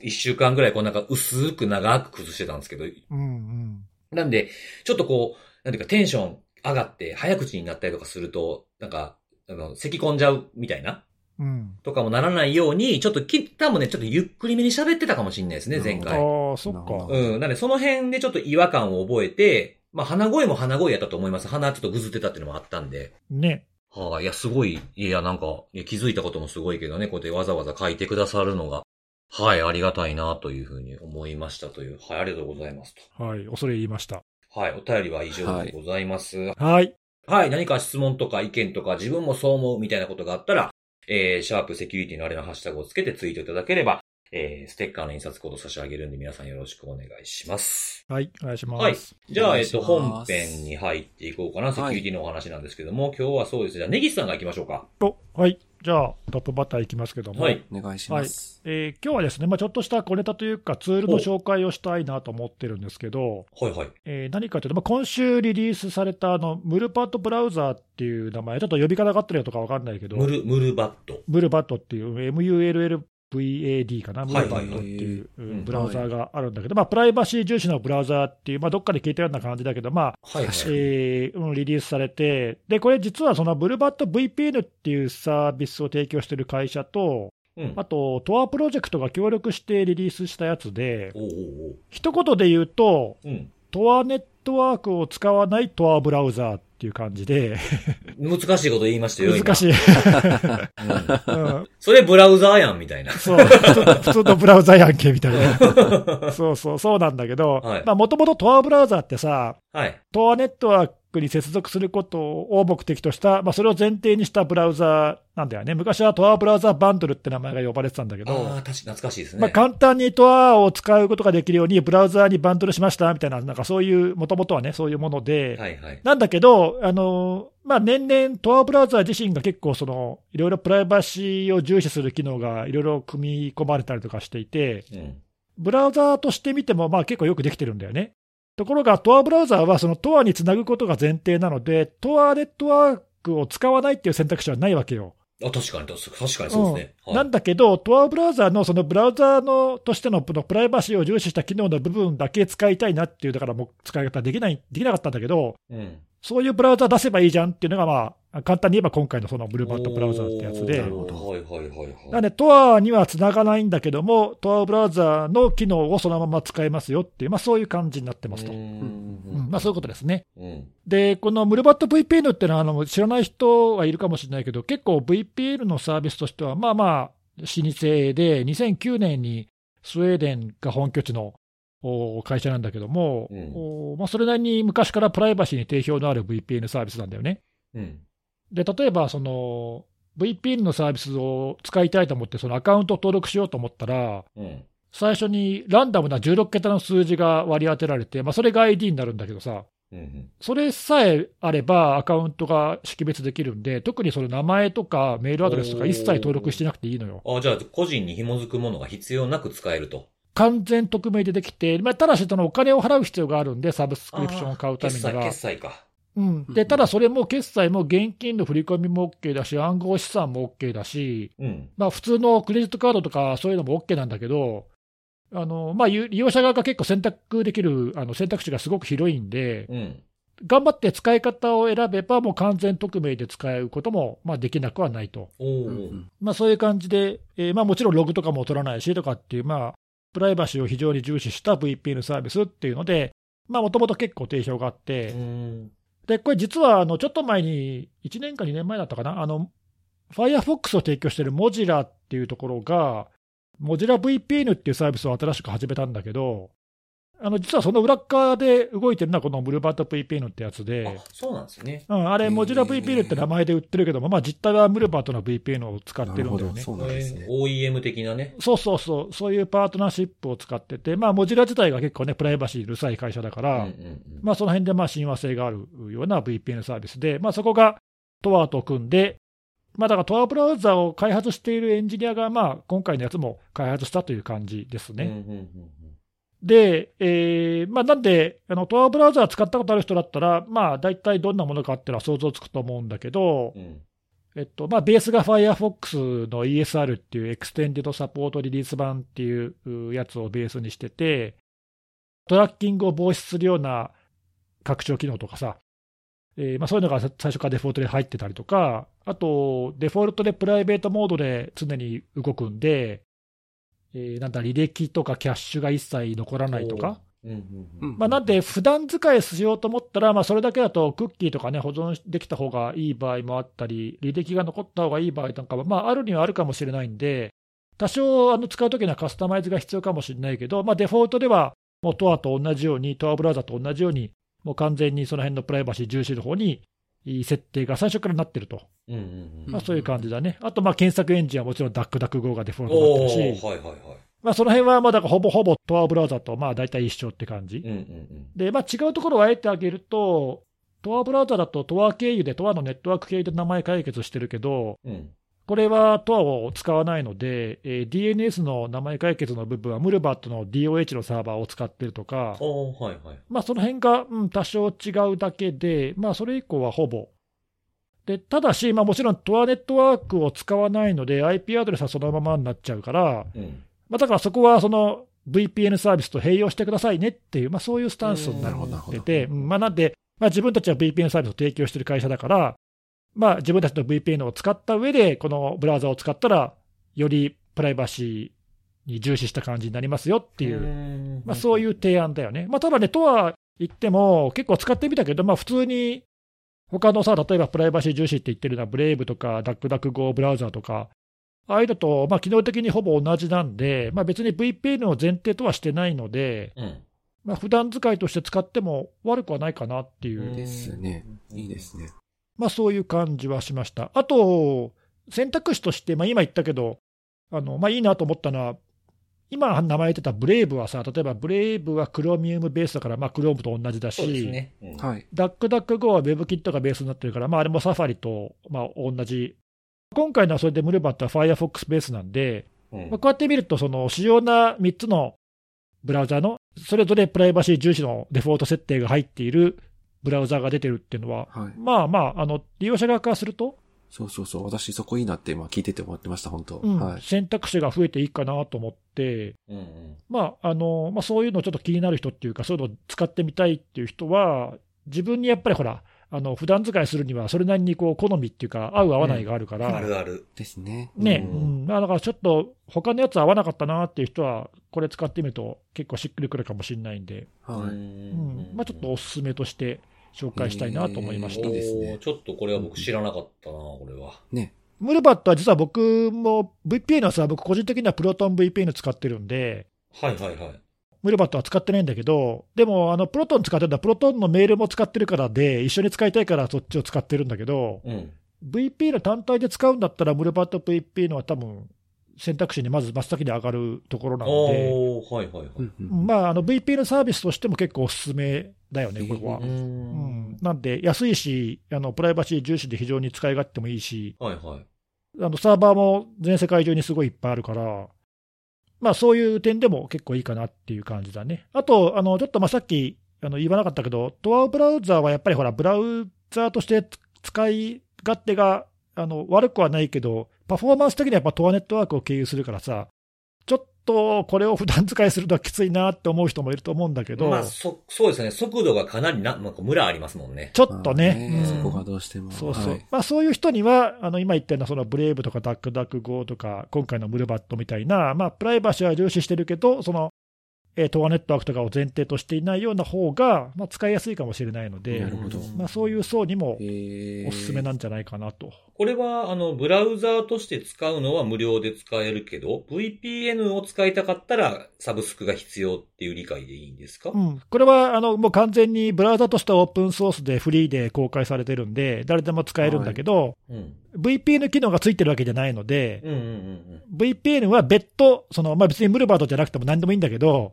A: 一週間ぐらいこうなんか薄く長く崩してたんですけど、
B: うんうん、
A: なんで、ちょっとこう、なんていうかテンション上がって早口になったりとかすると、なんか、あの、咳込んじゃうみたいな
B: うん、
A: とかもならないように、ちょっとき、多分ね、ちょっとゆっくりめに喋ってたかもしれないですね、
C: なる
A: 前
C: ほど
A: 回。
B: ああ、そっ
C: なるほ
B: か
C: ど、
A: うん。なんで、その辺でちょっと違和感を覚えて、まあ、鼻声も鼻声やったと思います。鼻ちょっとぐずってたっていうのもあったんで。
B: ね、
A: はい、いや、すごい、いや、なんか、いや気づいたこともすごいけどね、こうやってわざわざ書いてくださるのが、はい、ありがたいな、というふうに思いましたという、はい、ありがとうございますと。
B: はい、恐れ入りました。
A: はい、お便りは以上でございます。はい、
B: はい、
A: 何か質問とか意見とか自分もそう思うみたいなことがあったら、えー、シャープセキュリティのあれのハッシュタグをつけてツイートいただければ、えー、ステッカーの印刷コード差し上げるんで皆さんよろしくお願いします。
B: はい、お願いします。
A: はい。じゃ
C: お
A: あ、
C: 願
A: え
C: い
A: っ
C: し
A: と、
C: ます
A: 本編に入っていこうかな。セキュリティのお話なんですけども、今日はそうですね。じゃあ、ネギスさんが行きましょうか。
B: とはい、じゃあ、トップバッターいきますけども、
A: はい。
C: お願いします。
B: えー今日はですね、まあ、ちょっとした小ネタというか、ツールの紹介をしたいなと思ってるんですけど、
A: はいはい。
B: えー何かというと、まあ、今週リリースされたあの、ムルパッドブラウザーっていう名前、ちょっと呼び方が合ってるのとかわかんないけど、
A: ムル、ムルバット。
B: ムルバットっていう、MULL VAD かな、
A: は
B: ム
A: い
B: ーバントっていう
A: いはい
B: うんブラウザーがあるんだけど、まあ、プライバシー重視のブラウザーっていう、まあ、どっかで聞いたような感じだけど、まあ
A: はい、はい。
B: えーうんリリースされて、でこれ、実はそのブルーバット VPN っていうサービスを提供している会社と、
A: うん。
B: あと、トアプロジェクトが協力してリリースしたやつで、
A: おうおうおう。
B: 一言で言うと、
A: うん。
B: トアネットワークを使わないトアブラウザーっていう感じで、
A: 難しいこと言いましたよ、今
B: 難 しい、
A: うん
B: うん
A: それブラウザーやん、みたいな。
B: そう普通の普通のブラウザーやんけみたいな、そうそう、そうなんだけど
A: はい、
B: もともとトアブラウザーってさ、
A: はい。
B: トアネットワークに接続することを目的とした、まあ、それを前提にしたブラウザーなんだよね、昔はトアブラウザーバンドルって名前が呼ばれてたんだけ
A: ああ
B: ど
A: ー、。確か懐かしいですね。
B: まあ、簡単にトアを使うことができるように、ブラウザーにバンドルしましたみたいな、なんかそういう、もともとはね、そういうもので、
A: はいはい。
B: なんだけど、あのまあ、年々、トアブラウザー自身が結構その、いろいろプライバシーを重視する機能がいろいろ組み込まれたりとかしていて、
A: うん。
B: ブラウザーとして見ても、まあ、結構よくできてるんだよね。ところが、トアブラウザーはそのトアにつなぐことが前提なので、トアネットワークを使わないっていう選択肢はないわけよ。
A: あ、確かに、確かにそうですね。
B: な
A: はい
B: んだけど、トアブラウザーのそのブラウザーのとしてのこのプライバシーを重視した機能の部分だけ使いたいなっていう、だからもう使い方できないできなかったんだけど、
A: うん。
B: そういうブラウザー出せばいいじゃんっていうのが、まあ、簡単に言えば今回のそのブルーバットブラウザーってやつで
A: お。ーはいはいはいはい。
B: なんで、トアには繋がないんだけども、トアブラウザーの機能をそのまま使えますよっていう、まあ、そういう感じになってますと。
A: う
B: うん
A: ん
B: まあ、そういうことですね。
A: うん。
B: で、このムルバット VPN っていうのはあの、知らない人はいるかもしれないけど、結構 VPN のサービスとしては、まあまあ、老舗で、2009年にスウェーデンが本拠地のお会社なんだけども、
A: うん
B: おまあ、それなりに昔からプライバシーに定評のある VPN サービスなんだよね。
A: うん。
B: で、例えば、その、VPN のサービスを使いたいと思って、そのアカウントを登録しようと思ったら、
A: うん。
B: 最初にランダムな16桁の数字が割り当てられて、まあ、それが ID になるんだけどさ、
A: うん。
B: それさえあればアカウントが識別できるんで、特にその名前とかメールアドレスとか一切登録してなくていいのよ。
A: あ、じゃあ、個人に紐づくものが必要なく使えると。
B: 完全匿名でできて、まあ、ただしそのお金を払う必要があるんで、サブスクリプションを買うため
A: 決
B: に
A: 済、
B: は
A: 決。済か。
B: うん、でただそれも決済も現金の振り込みも OK だし、暗号資産も OK だし、
A: うん。
B: まあ、普通のクレジットカードとかそういうのも OK なんだけど、あのまあ、ゆ利用者側が結構選択できるあの選択肢がすごく広いんで、
A: うん。
B: 頑張って使い方を選べば、もう完全匿名で使うことも、まあ、できなくはないと、
A: おお、
B: まあ、そういう感じで、えーまあ、もちろんログとかも取らないしとかっていう、まあ、プライバシーを非常に重視した VPN サービスっていうので、もともと結構定評があって。
A: うん。
B: で、これ実は、あの、ちょっと前に、1年か2年前だったかな、あの、Firefox を提供している Mozilla っていうところが、Mozilla VPN っていうサービスを新しく始めたんだけど、あの、実はその裏側で動いてるのはこのブルーバット VPN ってやつ
A: あ
B: で、、
A: そうなんですね。
B: うん、あれ、
C: へー
B: Mozilla VPN って名前で売ってるけども、まあ実態はムルバットの VPN を使ってるんだよね。
C: そうなんですね。
A: OEM 的なね。
B: そうそうそう、そういうパートナーシップを使ってて、まあ Mozilla 自体が結構ね、プライバシーうるさい会社だ
A: う
B: か
A: ん
B: ら、
A: うん
B: まあ、その辺でまあ親和性があるような VPN サービスで、まあ、そこが TOR と組んで、まあ、だから TOR ブラウザを開発しているエンジニアが、まあ、今回のやつも開発したという感じです
A: うん。うん
B: ね。
A: うん
B: で、えーまあ、なんで、あの TOR ブラウザを使ったことある人だったら、まあ、大体どんなものかっていうのは想像つくと思うんだけど
A: うんう、ん。
B: えっとまあ、ベースが Firefox の ESR っていうエクステンデッドサポートリリース版っていううやつをベースにしてて、トラッキングを防止するような拡張機能とかさ、えーまあ、そういうのがさ最初からデフォルトで入ってたりとか、あと、デフォルトでプライベートモードで常に動くんで、えーなんだ、履歴とかキャッシュが一切残らないとか、
A: うんう
C: うん
A: うん。
B: まあ、なんで、普段使いしようと思ったら、まあ、それだけだとクッキーとかね、保存できた方がいい場合もあったり、履歴が残った方がいい場合なんかは、まあ、あるにはあるかもしれないんで、多少あの使うときにはカスタマイズが必要かもしれないけど、まあ、デフォルトでは、もう TOR と同じように、TOR ブラウザと同じように、もう完全にその辺のプライバシー重視の方に、いい設定が最初からなってると、
A: うんうんうん
B: まあ、そういう感じだね。あと、まあ検索エンジンはもちろん DuckDuckGo がデフォルトに
A: おお
B: なっ
A: はい
B: てるし、
A: はいは
B: まあ、その辺はまあだからほぼほぼ TOR ブラウザとまあ大体一緒って感じ
A: い。。うんうん
B: で、まあ、違うところをあえてあげると、トアブラウザだとトア経由で、トアのネットワーク経由で名前解決してるけど、
A: うん。うん。
B: これはトアを使わないので、えー DNS の名前解決の部分はムルバットの DOH のサーバーを使ってるとか、
A: おおはいはい。
B: まあ、その辺が、うん、多少違うだけで、まあ、それ以降はほぼ。で、ただし、まあもちろんトアネットワークを使わないので、IP アドレスはそのままになっちゃうから、
A: うん。
B: まあだからそこはその VPN サービスと併用してくださいねっていう、まあそういうスタンスにな
C: なるほどなるほ
B: って
C: ど
B: て、うんまあなんで、まあ自分たちは VPN サービスを提供してる会社だから、まあ自分たちの VPN を使った上で、このブラウザを使ったら、よりプライバシーに重視した感じになりますよっていう
A: う。
B: まあ、そういうう提案だよね。まあ、ただね、とは言っても、結構使ってみたけど、まあ、普通に他のさ、例えばプライバシー重視って言ってるのは、ブレイブとか、ダックダック Go ブラウザーとか、ああいうのと、まあ、機能的にほぼ同じなんで、まあ、別に VPN を前提とはしてないので、
A: うん。
B: まあ、普段使いとして使っても悪くはないかなっていう、
A: うん
C: ですね。いいですね。
B: まあ、そういう感じはしました。あと、選択肢として、まあ、今言ったけど、あのまあ、いいなと思ったのは、今、名前言ってたブレイブはさ、例えばブレイブはクロミウムベースだから、まあ、クロームと同じだ
A: そうです
B: し、
A: ね。うん
C: はい。
B: ダックダック Go は WebKit がベースになってるから、まあ、あれもサファリと、まあ、同じ。今回のはそれでムルバットは Firefox ベースなんで、
A: うん
B: まあ、こうやって見ると、その主要な3つのブラウザの、それぞれプライバシー重視のデフォート設定が入っているブラウザが出てるっていうのは、
C: はい。
B: まあまあ、あの利用者側からすると、
C: そうそうそう。私そこいいなって今聞いてて思ってました、本当、
B: うん
C: はい。
B: 選択肢が増えていいかなと思って、
A: うんうん
B: まああのまあ、そういうのちょっと気になる人っていうか、そういうのを使ってみたいっていう人は、自分にやっぱりほら、あの普段使いするには、それなりにこう好みっていうか、合う合わないがあるから、
A: あるある。
C: ですね。
B: ね
A: う
B: うんんまあだからちょっと、他のやつ合わなかったなっていう人は、これ使ってみると、結構しっくりくるかもしれないんで、
C: は
A: う
C: い。
B: うんんまあ、ちょっとおすすめとして紹介したいなと思いまし
C: え
B: た。
C: ーいいですね
A: おーちょっとこれは僕知らなかったな、これは。
C: ね。
B: ムルバットは実は僕も VPN はさ、僕個人的にはプロトン VPN 使ってるんで、
A: はいはいはい。
B: ムルバットは使ってないんだけど、でもあのプロトン使ってるのはプロトンのメールも使ってるからで、一緒に使いたいからそっちを使ってるんだけど、
A: うん。
B: VPN 単体で使うんだったら、ムルバット VPN は多分選択肢にまず真っ先に上がるところなんで、
A: おー、はいはいはい。
C: うんうん
B: まあ、あの VPN サービスとしても結構おすすめだよね、ここは。
A: う
B: うんん、なんで、安いしあの、プライバシー重視で非常に使い勝手もいいし、
A: はいはい。
B: あのサーバーも全世界中にすごいいっぱいあるから、まあ、そういう点でも結構いいかなっていう感じだね。あと、あのちょっとまあさっきあの言わなかったけど、ドアブラウザーはやっぱりほら、ブラウザーとして使い勝手があの悪くはないけど、パフォーマンス的にはやっぱトアネットワークを経由するからさ、ちょっとこれを普段使いするのはきついなって思う人もいると思うんだけど、
A: まあ、そ、そうですね。速度がかなりな、なんかムラありますもんね。
B: ちょっとね。
C: まあ
B: うん
C: そこがどうしても。
B: そうそう。
C: はい
B: まあそういう人には、あの、今言ったような、そのブレイブとかダックダック GO とか、今回のムルバットみたいな、まあプライバシーは重視してるけど、その、えー、トアネットワークとかを前提としていないような方が、まあ使いやすいかもしれないので
C: なる、ほど
B: まあそういう層にも
C: えー
B: おすすめなんじゃないかなと。
A: これは、あの、ブラウザーとして使うのは無料で使えるけど、VPN を使いたかったらサブスクが必要っていう理解でいいんですか、
B: うん。これは、あの、もう完全にブラウザとしてはオープンソースでフリーで公開されてるんで、誰でも使えるんだけど、
A: うん、
B: VPN 機能がついてるわけじゃないので、
A: うんうんうんうん。
B: VPN は別途、そのまあ、別にムルバートじゃなくても何でもいいんだけど、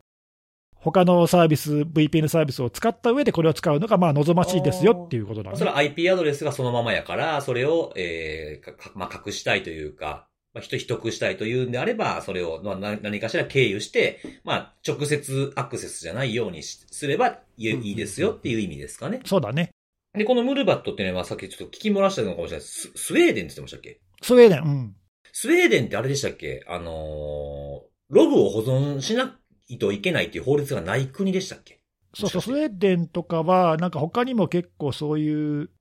B: 他のサービス、VPN サービスを使った上でこれを使うのがまあ望ましいですよっていうことだ
A: それ
B: ね。
A: は IP アドレスがそのままやから、それを、えー、か、かまあ、隠したいというか、まあ、人、秘匿したいというんであれば、それを、まあ、な何かしら経由して、まあ、直接アクセスじゃないようにしすればいい
C: うんうんうん
A: いいですよっていう意味ですかね。
B: そうだね。
A: で、このムルバットっていうのは、さっきちょっと聞き漏らしたのかもしれないです。ススウェーデンって言ってましたっけ
B: スウェーデン、うん。
A: スウェーデンってあれでしたっけあのーログを保存しないといけないっていう法律がない国でしたっけ
B: そうそう、
A: もしかして
B: スウェーデンとかは、なんか他にも結構そういう、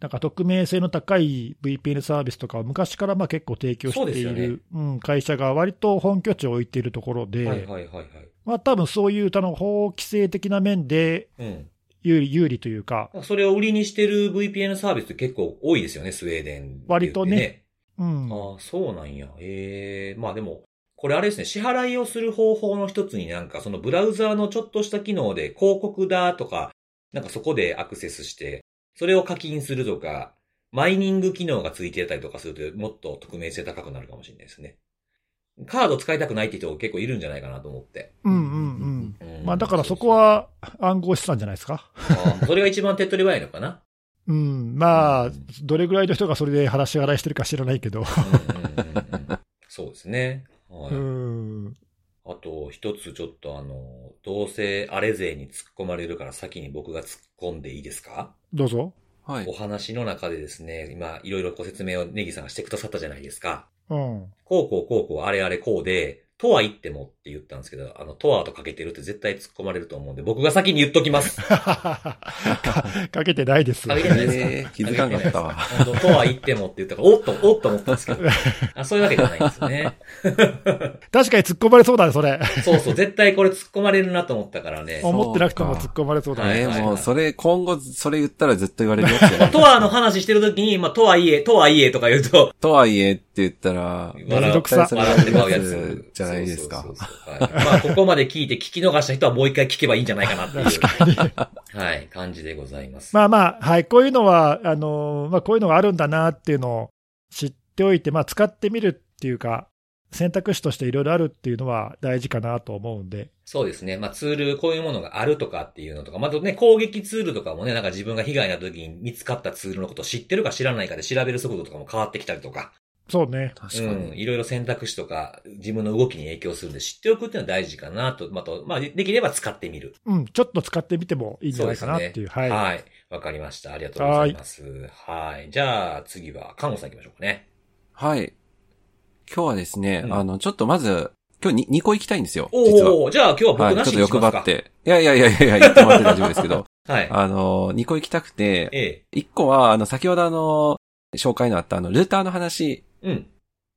B: なんか匿名性の高い VPN サービスとかを昔からまあ結構提供
A: そう
B: し
A: で
B: て
A: す
B: い
A: よ
B: る、
A: ね
B: うん、会社が割と本拠地を置いているところで、
A: はいはいはいはい。
B: まあ多分そういうあの法規制的な面で
A: うん。
B: 有利有利というか、
A: それを売りにしてる VPN サービスって結構多いですよね、スウェーデンって言って。
B: 割とねうん、
A: ああ、そうなんや。ええまあでも、これあれですね、支払いをする方法の一つになんか、そのブラウザーのちょっとした機能で広告だとか、なんかそこでアクセスして、それを課金するとか、マイニング機能がついてたりとかすると、もっと匿名性高くなるかもしれないですね。カード使いたくないって人結構いるんじゃないかなと思って。
B: うんうんうん。
A: うん
B: まあだからそこ、は暗号資産じゃないですか。
A: そうそうああそれが一番手っ取り早いのかな。
B: うん。ま
A: う
B: あ
A: ん、
B: どれぐらいの人がそれで話し払いしてるか知らないけど。
A: うんうんうんうんそうですね。はい。
B: うん。
A: あと、一つちょっとあの、どうせあれ勢に突っ込まれるから先に僕が突っ込んでいいですか
B: どうぞ。
C: はい
A: お。話の中でですね、今、いろいろご説明をネギさんがしてくださったじゃないですか。
B: うん。
A: こうこうこうこう、あれあれこうで、とは言ってもって言ったんですけど、あの、とはとかけてるって絶対突っ込まれると思うんで、僕が先に言っときます。
B: かかけてないです。
A: かけてないです
C: えー、気づかなかったわ。
A: 本当とは言ってもって言ったから、おっと、おっと思ったんですけ ど。あそういうわけじゃないんですね。
B: 確かに突っ込まれそうだね、それ。
A: そうそう、絶対これ突っ込まれるなと思ったからね。
B: 思ってなくても突っ込まれそうだ
A: はい
B: ね。
C: え
A: は
C: ー、
A: い
C: もう、それ、今後、それ言ったら絶対言われるやつ
A: まあ、
C: や。
A: と はの話してるときに、まあ、とはいえ、とはいえとか言うと、
C: とはいえって言ったら、
B: めんどくさ
A: 笑笑ってまうやつ。
C: じゃないですか
A: そうそうそうそうはいまあ、ここまで聞いて聞き逃した人はもう一回聞けばいいんじゃないかなっていう。はい、感じでございます。
B: まあまあ、はい、こういうのは、あのーまあ、こういうのがあるんだなっていうのを知っておいて、まあ、使ってみるっていうか、選択肢としていろいろあるっていうのは大事かなと思うんで、
A: そうですね。まあツール、こういうものがあるとかっていうのとか、まああとね、攻撃ツールとかもね、なんか自分が被害な時に見つかったツールのことを知ってるか知らないかで調べる速度とかも変わってきたりとか、
B: そうね、
C: 確か
A: うん、
C: に。
A: いろいろ選択肢とか、自分の動きに影響するんで知っておくっていうのは大事かなと、まあと、まあでできれば使ってみる。
B: うん、ちょっと使ってみてもいいんじゃないかなっていう、は。
A: はいい。
B: は
A: わ、かりました。ありがとうございます。はいじゃあ次は、看護さん行きましょうかね。
C: はい。今日はですね、
A: うん
C: あの、ちょっとまず、今日2個行きたいんですよ。実は。
A: おおじゃあ今日は
C: は
A: 僕
C: い、ちょ
A: な
C: っ
A: し
C: と
A: にし
C: 欲
A: ます
C: 張
A: か
C: っ。て。いやいやいやいや、言ってもらって大丈夫です けど。
A: はい。
C: あの、2個行きたくて、
A: ええ。
C: 1個は、あの、先ほどあの、紹介のあったあの、ルーターの話、
A: うん。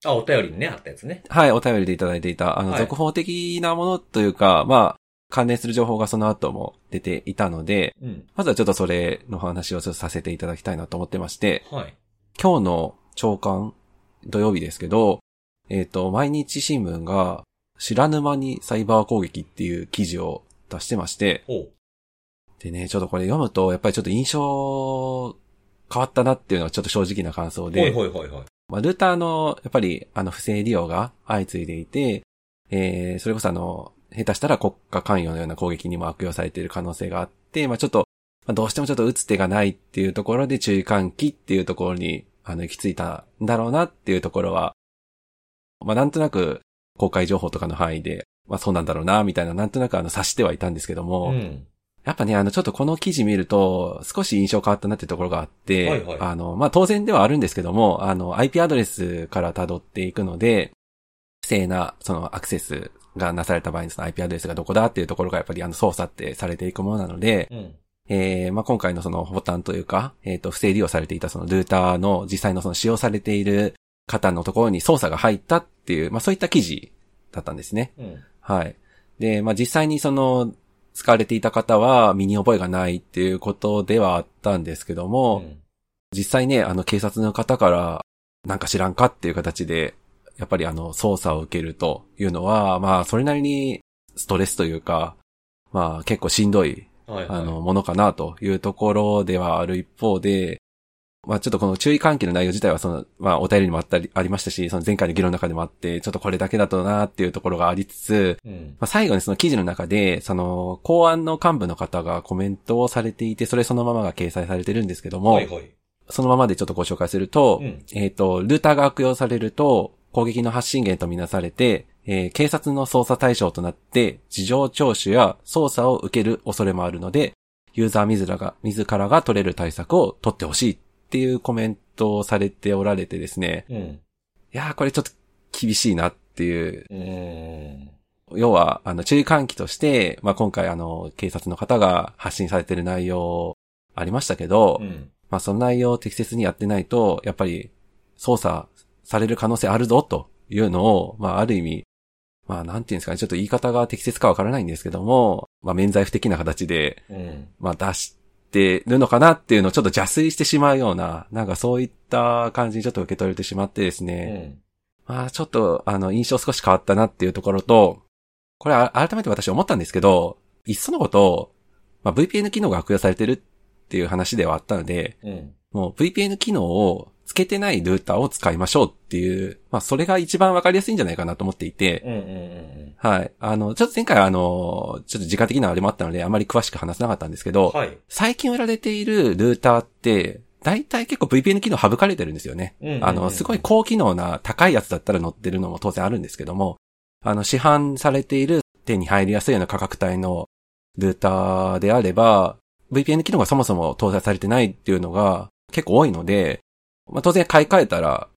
A: あ、お便りにね、あったやつね。
C: はい、お便りでいただいていた、あの、
A: はい
C: 続報的なものというか、まあ、関連する情報がその後も出ていたので、
A: うん。
C: まずはちょっとそれの話をちょっとさせていただきたいなと思ってまして、
A: はい。
C: 今日の朝刊、土曜日ですけど、えっ、と、毎日新聞が、知らぬ間にサイバー攻撃っていう記事を出してまして、
A: おう。
C: でね、ちょっとこれ読むと、やっぱりちょっと印象変わったなっていうのはちょっと正直な感想で、
A: ほいほいほいほい。
C: まあ、ルーターの、やっぱり、あの、不正利用が相次いでいて、えー、それこそあの、下手したら国家関与のような攻撃にも悪用されている可能性があって、まあ、ちょっと、まあ、どうしてもちょっと打つ手がないっていうところで注意喚起っていうところに、あの、行き着いたんだろうなっていうところは、まあ、なんとなく、公開情報とかの範囲で、まあ、そうなんだろうな、みたいな、なんとなくあの、察してはいたんですけども、
A: うん。
C: やっぱね、あの、ちょっとこの記事見ると、少し印象変わったなっていうところがあって、
A: はいはい
C: あの、まあ、当然ではあるんですけども、あの、IP アドレスから辿っていくので、不正な、その、アクセスがなされた場合にその IP アドレスがどこだっていうところがやっぱりあの、操作ってされていくものなので、
A: うん。
C: えー、まあ、今回のそのボタンというか、えっ、と、不正利用されていたそのルーターの実際のその使用されている方のところに操作が入ったっていう、まあ、そういった記事だったんですね。
A: うん。
C: はい。で、まあ、実際にその、使われていた方は身に覚えがないっていうことではあったんですけども、
A: うん
C: 実際ね、あの、警察の方から、なんか知らんかっていう形で、やっぱりあの、捜査を受けるというのは、まあ、それなりにストレスというか、まあ、結構しんどい
A: はい、はい。
C: あの、、ものかなというところではある一方で、まあちょっとこの注意喚起の内容自体はその、まあお便りにもあったり、ありましたし、その前回の議論の中でもあって、ちょっとこれだけだとなっていうところがありつつ、
A: うん。
C: まあ最後にその記事の中で、その、公安の幹部の方がコメントをされていて、それそのままが掲載されてるんですけども、
A: はいはい。
C: そのままでちょっとご紹介すると、
A: うん。
C: えっ、と、ルーターが悪用されると、攻撃の発信源とみなされて、えー警察の捜査対象となって、事情聴取や捜査を受ける恐れもあるので、ユーザー自らが、自らが取れる対策を取ってほしいっていうコメントをされておられてですね。
A: うん。
C: いやー、これちょっと厳しいなっていう。
A: うーん。
C: 要は、あの、注意喚起として、まあ、今回あの、警察の方が発信されてる内容ありましたけど、
A: うん。
C: まあその内容を適切にやってないと、やっぱり操作される可能性あるぞというのを、まあある意味、まあなんていうんですかね、ちょっと言い方が適切かわからないんですけども、まあ免罪符的な形で、
A: うん。
C: まあ出してるのかなっていうのをちょっと邪推してしまうような、なんかそういった感じにちょっと受け取れてしまってです
A: う
C: ね、
A: ん。
C: まあちょっとあの印象少し変わったなっていうところと、これあ改めて私思ったんですけど、いっそのこと、まあ VPN 機能が悪用されてるっていう話ではあったので、
A: うん。
C: もう VPN 機能をつけてないルーターを使いましょうっていう、まあそれが一番わかりやすいんじゃないかなと思っていて、
A: うん。うん。
C: はい。あの、ちょっと前回はあの、ちょっと時間的なあれもあったのであまり詳しく話せなかったんですけど、
A: はい。
C: 最近売られているルーターって、大体結構 VPN 機能省かれてるんですよね。
A: うん。
C: あの、すごい。高機能な高いやつだったら乗ってるのも当然あるんですけども、あの、市販されている手に入りやすいような価格帯のルーターであれば、 VPN 機能がそもそも搭載されてないっていうのが結構多いので、まあ、当然買い替えたら、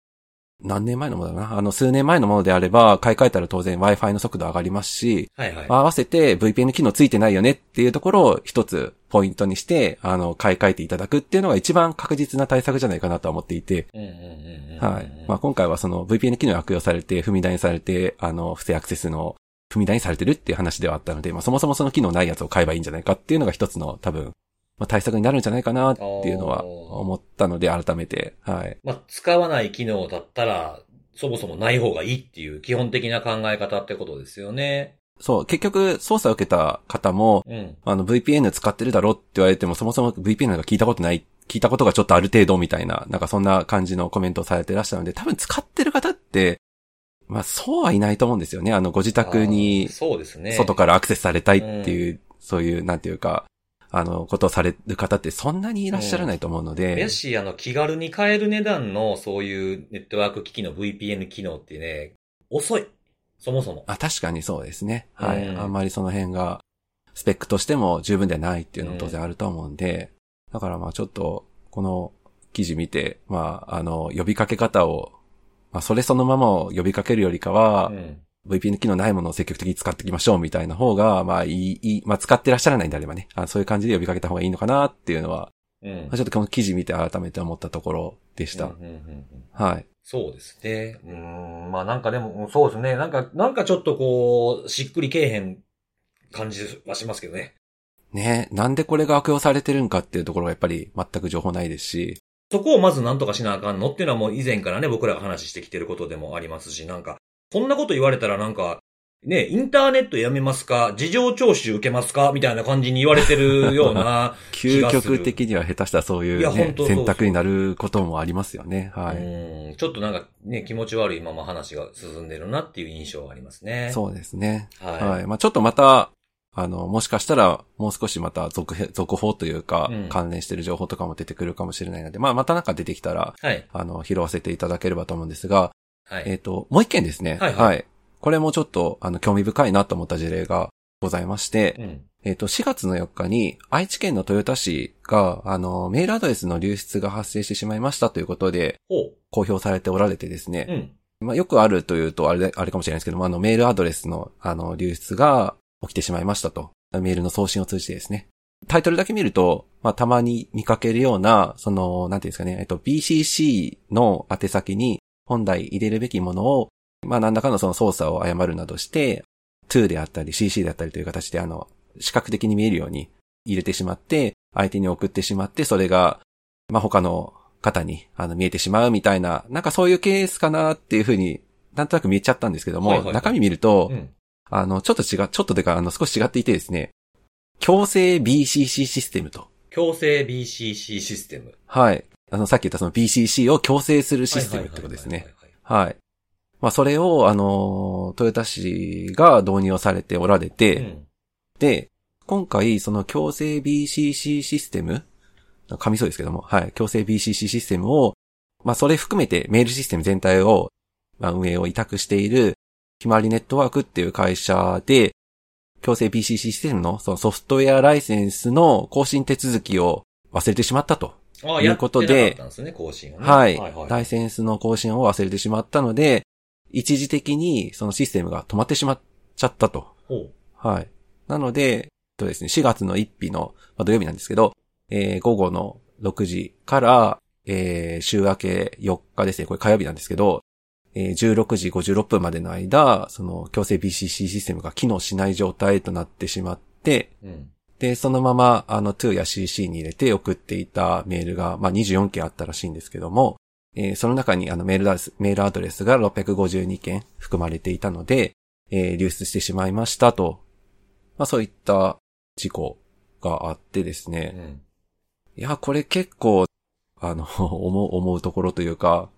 C: 何年前のものだな。あの、数年前のものであれば、買い替えたら当然 Wi-Fi の速度上がりますし、
A: はいはい。
C: 合わせて VPN 機能ついてないよねっていうところを一つポイントにして、あの、買い替えていただくっていうのが一番確実な対策じゃないかなとは思っていて、
A: うんうんうんうん
C: はい。まあ、今回はその VPN 機能悪用されて、踏み台にされて、あの、不正アクセスの踏み台にされてるっていう話ではあったので、まあ、そもそもその機能ないやつを買えばいいんじゃないかっていうのが一つの多分、まあ、対策になるんじゃないかなっていうのは思ったので、改めて、はい。
A: まあ、使わない機能だったら、そもそもない方がいいっていう基本的な考え方ってことですよね。
C: そう、結局、操作を受けた方も、
A: うん。
C: あの、VPN 使ってるだろって言われても、そもそも VPN なんか聞いたことない、聞いたことがちょっとある程度みたいな、なんかそんな感じのコメントをされてらっしゃるので、多分使ってる方って、まあ、そうはいないと思うんですよね。あの、ご自宅
A: あ
C: に
A: ー、そうですね。
C: 外からアクセスされたいっていう、そういう、なんていうか、あの、ことをされる方ってそんなにいらっしゃらないと思うので
A: や、し、あの、気軽に買える値段の、そういうネットワーク機器の VPN 機能ってね、遅い。そもそも。
C: あ、確かにそうですね。はい。
A: うん
C: あんまりその辺が、スペックとしても十分ではないっていうのも当然あると思うんで、だからまあちょっと、この記事見て、まあ、あの、呼びかけ方を、まあ、それそのままを呼びかけるよりかは
A: う、ん。
C: VPN 機能ないものを積極的に使っていきましょうみたいな方が、まあ、いい、いい、まあ、使ってらっしゃらないんであればね、あそういう感じで呼びかけた方がいいのかなっていうのは、
A: うん
C: まあ、ちょっとこの記事見て改めて思ったところでした。
A: うんうんうんうん
C: はい。
A: そうですね。うーん。まあなんかでも、うんそうですね。なんか、なんかちょっとこう、しっくりけえへん感じはしますけどね。
C: ねなんでこれが悪用されてるんかっていうところがやっぱり全く情報ないですし、
A: そこをまず何とかしなあかんのっていうのはもう以前からね、僕らが話してきてることでもありますし、なんか、こんなこと言われたらなんか、ね、インターネットやめますか事情聴取受けますかみたいな感じに言われてるような、
C: 究極的には下手したそうい
A: いや
C: う,、ね
A: 本当そうそう
C: 選択になることもありますよね。 は
A: う
C: い。
A: ーんちょっとなんかね、気持ち悪いまま話が進んでるなっていう印象がありますね。
C: そうですね。
A: う。はい。
C: はい。まあちょっとまた、あの、もしかしたら、もう少しまた続編、続報というか、
A: うん
C: 関連してる情報とかも出てくるかもしれないので、まあまたなんか出てきたら、
A: はい。
C: あの、拾わせていただければと思うんですが、
A: はい。
C: えっ、と、もう一件ですね。
A: はいはい
C: これもちょっと、あの、興味深いなと思った事例がございまして、
A: うん。
C: えっ、と、4月の4日に愛知県の豊田市が、あの、メールアドレスの流出が発生してしまいましたということで、
A: ほう。
C: 公表されておられてですね
A: う。ん。
C: まあ、よくあるというと、あれ、あれかもしれないですけども、あの、メールアドレスの、あの、流出が起きてしまいましたと。メールの送信を通じてですね。タイトルだけ見ると、まあ、たまに見かけるような、その、なんていうんですかね、えっと、BCC の宛先に本来入れるべきものを、まあ、何らかのその操作を誤るなどして、2であったり CC であったりという形で、あの、視覚的に見えるように入れてしまって、相手に送ってしまって、それが、まあ、他の方に、あの、見えてしまうみたいな、なんかそういうケースかなっていうふうになんとなく見えちゃったんですけども、
A: はいはいはい
C: 中身見ると、
A: うん。
C: あの、ちょっと違う、ちょっとでか、あの、少し違っていてですね、強制 BCC システムと。
A: 強制 BCC システム。
C: はい。あの、さっき言ったその BCC を強制するシステムってことですね。。はい。まあ、それを、あの、トヨタ市が導入をされておられて、
A: うん。
C: で、今回、その強制 BCC システム、噛みそうですけども、はい、強制 BCC システムを、まあ、それ含めてメールシステム全体を、まあ、運営を委託している、ひまわりネットワークっていう会社で、強制 BCC システムのそのソフトウェアライセンスの更新手続きを忘れてしまったと。
A: ああ、
C: い
A: や
C: う
A: って
C: こと
A: な
C: で
A: かったんですね、更新をね。
C: はい。ラ
A: は
C: イ
A: い。
C: センスの更新を忘れてしまったので、一時的にそのシステムが止まってしまっちゃったと。
A: ほう。
C: はい。なので、えっとですね、4月の1日の、まあ、土曜日なんですけど、えー午後の6時から、えー週明け4日ですね、これ火曜日なんですけど、えー16時56分までの間、その強制 BCC システムが機能しない状態となってしまって、
A: うん。
C: で、そのまま、あの、2や CC に入れて送っていたメールが、まあ、24件あったらしいんですけども、えーその中に、あの、メールアドレス、メールアドレスが652件含まれていたので、えー流出してしまいましたと、まあ、そういった事故があってです
A: う
C: ね。
A: ん。
C: いや、これ結構、あの、 思う、思うところというか、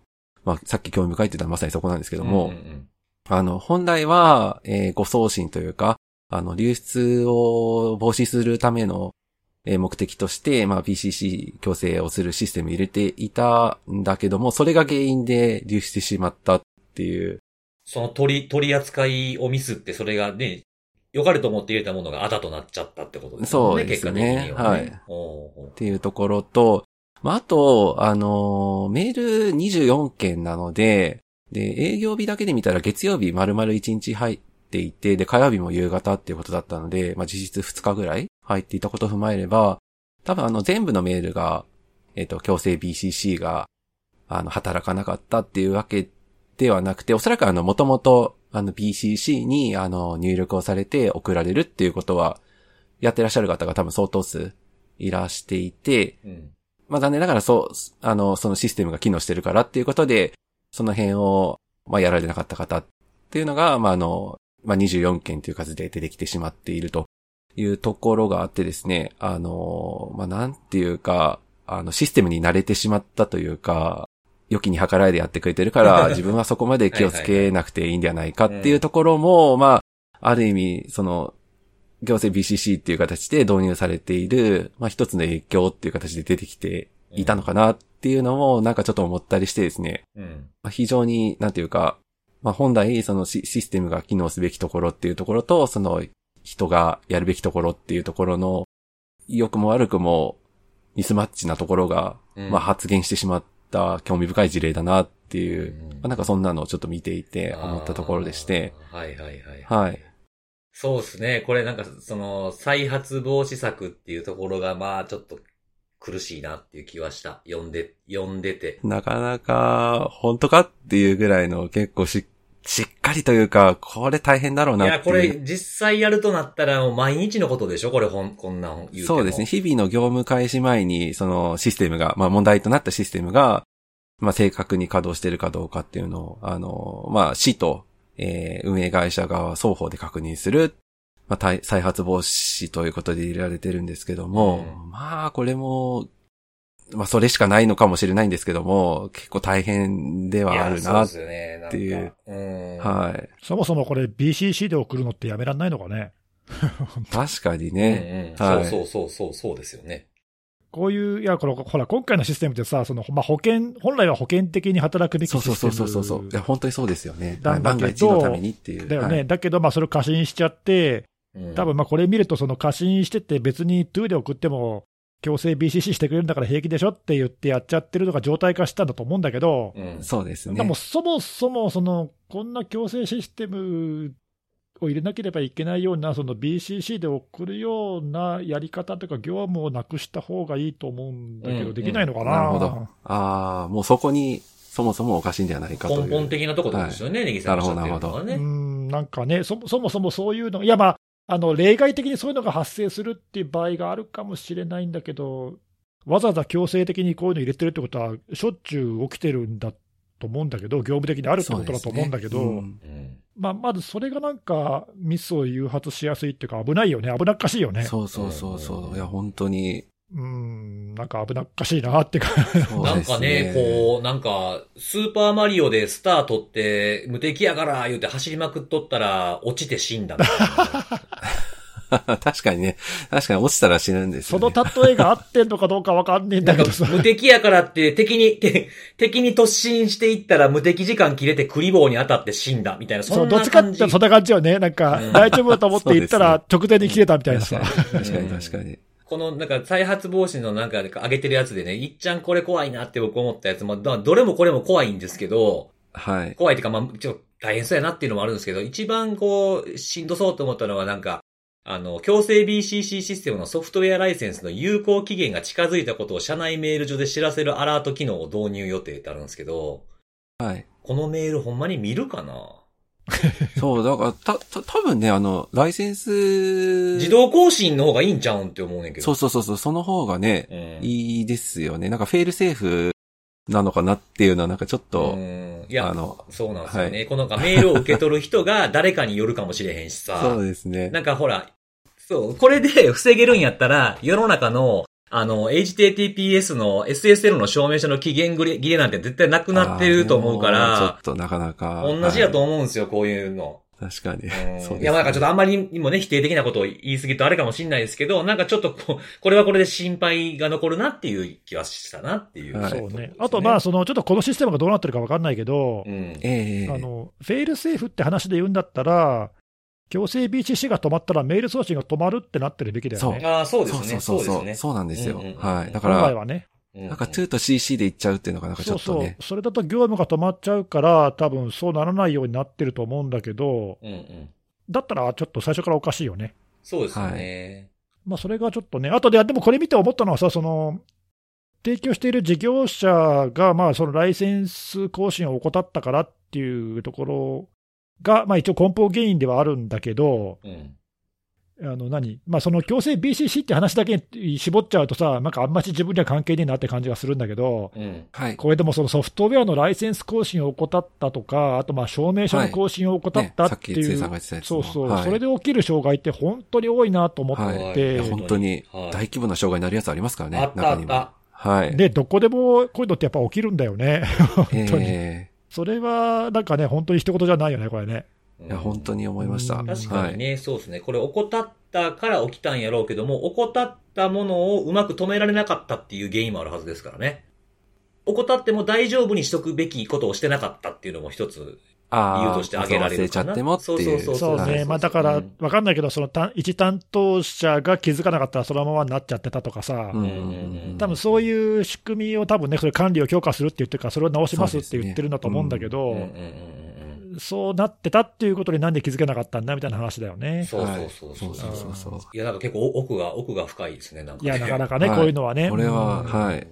C: まあ、さっき興味深いって言ったのはまさにそこなんですけども、
A: うんうん
C: あの、本来は、えー誤送信というか、あの、流出を防止するための、えー目的として、まあ、BCC 強制をするシステムを入れていたんだけども、それが原因で流出してしまったっていう。
A: その取り、取り扱いをミスって、それがね、抑良かれと思って入れたものがあだとなっちゃったってことですね。
C: そうですね
A: 結果的には
C: はい
A: ね。おうおう
C: っていうところと、まあ、あと、あのーメール24件なので、で、営業日だけで見たら月曜日丸々1日入っていて、で、火曜日も夕方っていうことだったので、まあ、実質2日ぐらい入っていたことを踏まえれば、多分あの全部のメールが、えっ、と、強制 BCC が、あの、働かなかったっていうわけではなくて、おそらくあの、もともと、あの、BCC に、あの、入力をされて送られるっていうことは、やってらっしゃる方が多分相当数いらしていて、
A: うん。
C: まあ残念ながらそう、あの、そのシステムが機能してるからっていうことで、その辺を、まあやられなかった方っていうのが、まああの、まあ24件という数で出てきてしまっているというところがあってですね、あの、まあなんていうか、あの、システムに慣れてしまったというか、良きに計らいでやってくれてるから、自分はそこまで気をつけなくていいんじゃないかっていうところも、まあ、ある意味、その、行政 BCC っていう形で導入されている、まあ一つの影響っていう形で出てきていたのかなっていうのも、なんかちょっと思ったりしてですね、
A: うん。
C: まあ、非常に、なんていうか、まあ本来、そのシシステムが機能すべきところっていうところと、その人がやるべきところっていうところの、良くも悪くもミスマッチなところが、
A: うん
C: まあ発言してしまった興味深い事例だなって
A: う
C: いう、
A: ん
C: まあなんかそんなのをちょっと見ていて思ったところでして、
A: あー。はいはいはい。
C: はい。
A: そうですね。これなんか、その、再発防止策っていうところが、まあ、ちょっと苦しいなっていう気はした。読んで、読んでて。
C: なかなか、本当かっていうぐらいの結構し、しっかりというか、これ大変だろう
A: い
C: な
A: や、
C: って
A: こ
C: いう。
A: れ、実際やるとなったら、もう毎日のことでしょこれ、ほん、こんなん言うても
C: そうですね。。日々の業務開始前に、そのシステムが、まあ問題となったシステムが、まあ正確に稼働してるかどうかっていうのを、あの、まあ市と、えー運営会社側双方で確認する、まあ再再発防止ということで入れられてるんですけども、まあこれも、まあそれしかないのかもしれないんですけども、結構大変で
A: い
C: は
A: や
C: ある
A: そう
C: な
A: で、すよね。なん
C: っていう
A: か。うん。
C: はい。
B: そもそもこれ BCC で送るのってやめらんないのかね
C: 確かに
A: うん
C: ね。
A: うん。
C: はい
A: そうそうそうそう、そうですよね。
B: こういう、いや、この、ほら、今回のシステムってさ、その、まあ、保険、本来は保険的に働くべき
C: そ
B: シ
C: うそう
B: ステ
C: そう
B: ム
C: そうそうそう。いや、本当にそうですよね。
B: な
C: はい
B: んだ
C: 万
B: けど
C: が一のためにっていう。
B: だよね。
C: はい
B: だけど、まあ、それを過信しちゃって、
A: うん
B: 多分まあこれ見ると、その過信してて、別に TO で送っても、強制 BCC してくれるんだから平気でしょって言ってやっちゃってるのが常態化したんだと思うんだけど、
A: うん。
C: そうですね。
B: でもそもそもその、こんな強制システムを入れなければいけないような、その BCC で送るようなやり方とか、業務をなくした方がいいと思うんだけ
A: う
B: ど、
A: ん
B: できないのかな。
C: なるほど。ああ、もうそこに、そもそもおかしいんじゃないかという。
A: 根本的なところですよね、ネギさんがおっしゃってるのは
B: う
A: ね。
B: んなんかね、そそもそもそういうの、いや、まあ、あの例外的にそういうのが発生するっていう場合があるかもしれないんだけど、わざわざ強制的にこういうの入れてるってことは、しょっちゅう起きてるんだと思うんだけど、業務的にあるって
C: そ
B: こ
C: うで
B: と
C: す
B: だ
C: ね
B: と思うんだけど、
C: うん
A: うん。
B: まあ、まずそれがなんか、ミスを誘発しやすいっていうか、危ないよね、危なっかしいよね、
C: そうそうそうそうう。
A: ん
C: いや、本当に。
B: うん、なんか危なっかしいなってか、
C: そう
A: なん
C: です
A: かね、こう、なんか、スーパーマリオでスター取って、無敵やから言うて走りまくっとったら、落ちて死んだみたい な。
C: 確かにね。確かに落ちたら死ぬんです
B: そ
C: よ、
B: の
C: ね。
B: 例えが合ってんのかどうかわかんねえん
A: な
B: だ
A: ん
B: け
A: か
B: どさ、、
A: 無敵やからって、敵に、て敵に突進していったら、無敵時間切れてクリボーに当たって死んだ、みたいな。
B: そ
A: そ
B: うんどっ
A: な
B: ちかっ
A: 感
B: て
A: じ。
B: そんな感じよね、なんか
A: うん、
B: 大丈夫だと思って行ったら、直前に切れたみたいな
C: 確
B: さ
C: かに。。確かに、確かに。
A: この、なんか、再発防止のなんか、上げてるやつでね、いっちゃんこれ怖いなって僕思ったやつも、まあどれもこれも怖いんですけど、
C: はい。
A: 怖いっていうか、まあ、ちょっと大変そうやなっていうのもあるんですけど、一番こう、しんどそうと思ったのはなんか、あの、強制 BCC システムのソフトウェアライセンスの有効期限が近づいたことを社内メール上で知らせるアラート機能を導入予定ってあるんですけど、
C: はい。
A: このメールほんまに見るかな
C: そう、だから、た、た、多分ね、あの、ライセンス。
A: 自動更新の方がいいんちゃうんって思うねんけど。
C: そうそうそうそう、その方がね、
A: うん。
C: いいですよね。なんかフェールセーフなのかなっていうのは、なんかちょっと、
A: うんい
C: あ
A: や、
C: の、
A: そうなんですよね。
C: は
A: このなんかメールを受け取る人が誰かによるかもしれへんしさ。
C: そうですね。
A: なんかほら、そう、これで防げるんやったら、世の中の、あの、HTTPS の SSL の証明書の期限切れ切れなんて絶対なくなってると思うか
C: あーでもちょ
A: ら
C: っ、となかなか。
A: 同じやと思うんですよ、こういうの。
C: はい。確かに。
A: うん
C: そうですね
A: いや、なんかちょっとあんまりにもね、否定的なことを言い過ぎるとあれかもしんないですけど、なんかちょっとこう、これはこれで心配が残るなっていう気はしたなっていう。
C: はい
B: そうね。あと、まあ、、その、ちょっとこのシステムがどうなってるかわかんないけど
A: う、ん
C: ええ
B: あの、フェールセーフって話で言うんだったら、強制 BCC が止まったらメール送信が止まるってなってるべきだよね。
A: ああ、そうで
C: そう
A: す
C: そう
A: ね。そう
C: そう
A: で
C: そ
A: す
C: う。
A: ね。
C: そうなんです
A: う
C: よ
A: んうんう。ん
C: はい。だか
B: 今回
C: ら、
B: はね。
A: な
C: なんか2と CC で行っちゃうっていうのがなんかち
B: そう
C: ょっと
B: そう
C: ね。。
B: それだと業務が止まっちゃうから、多分そうならないようになってると思うんだけど、
A: うんうん。
B: だったらちょっと最初からおかしいよね。
A: そうですよね。
B: まあ、それがちょっとね、あとで、でもこれ見て思ったのはさ、その提供している事業者が、まあ、そのライセンス更新を怠ったからっていうところが、まあ、一応、根本原因ではあるんだけど、
A: うん。
B: あの何、まあ、その強制 BCC って話だけに絞っちゃうとさ、なんかあんまり自分には関係ねえなって感じがするんだけど。
A: うん。
C: はい。
B: これでもそのソフトウェアのライセンス更新を怠ったとか、あとまあ証明書の更新を怠
C: ね
B: った
C: さっ
B: っ
C: き
B: て
C: つ
B: い
C: え
B: う、
C: さんが言ってたやつ
B: そ
C: も。
B: うそう、
C: はい
B: それで起きる障害って本当に多いなと思って、
C: はい
A: い
C: いや本当に
A: はい
C: 大規模な障害になるやつありますから
A: あ
C: ね
A: っ、た
C: 中に
A: あっ
C: は。はい。
B: で、どこでもこういうのってやっぱ起きるんだよね。本当に。
C: え
B: それは、なんかね、本当に一言じゃないよね、これね。
C: えいや、本当に思いました。
B: うん
A: 確か
C: は
A: に
C: い。
A: ね、そうですね。これ怠ったから起きたんやろうけども、怠ったものをうまく止められなかったっていう原因もあるはずですからね。怠っても大丈夫にしとくべきことをしてなかったっていうのも一つ。
C: あ
A: 理由として挙げられる
C: 忘ちゃ
A: かな
C: ってもっていう。
A: そう
B: そう
A: そうそう
B: ね。まあだから
A: うん、
B: わかんないけど、その担一担当者が気づかなかったらそのままになっちゃってたとかさ、
C: うんうんうん
B: 多分そういう仕組みを多分ね、それ管理を強化するって言ってるから、それを直しますって言ってるんだと思うんだけ
A: う
B: ど、
A: んうんうんうん
B: そうなってたっていうことになんで気づけなかったんだみたいな話だよ
A: うん。
B: ね。
A: そう
C: は
A: そう
C: い
A: そう
C: そうそうそうそう。
A: いや、なんか結構奥が、奥が深いですね、なんか、
B: い
A: ね。
B: や、なかなかね、
C: はい
B: こういうのはね。
C: これは、
B: うん
C: はい。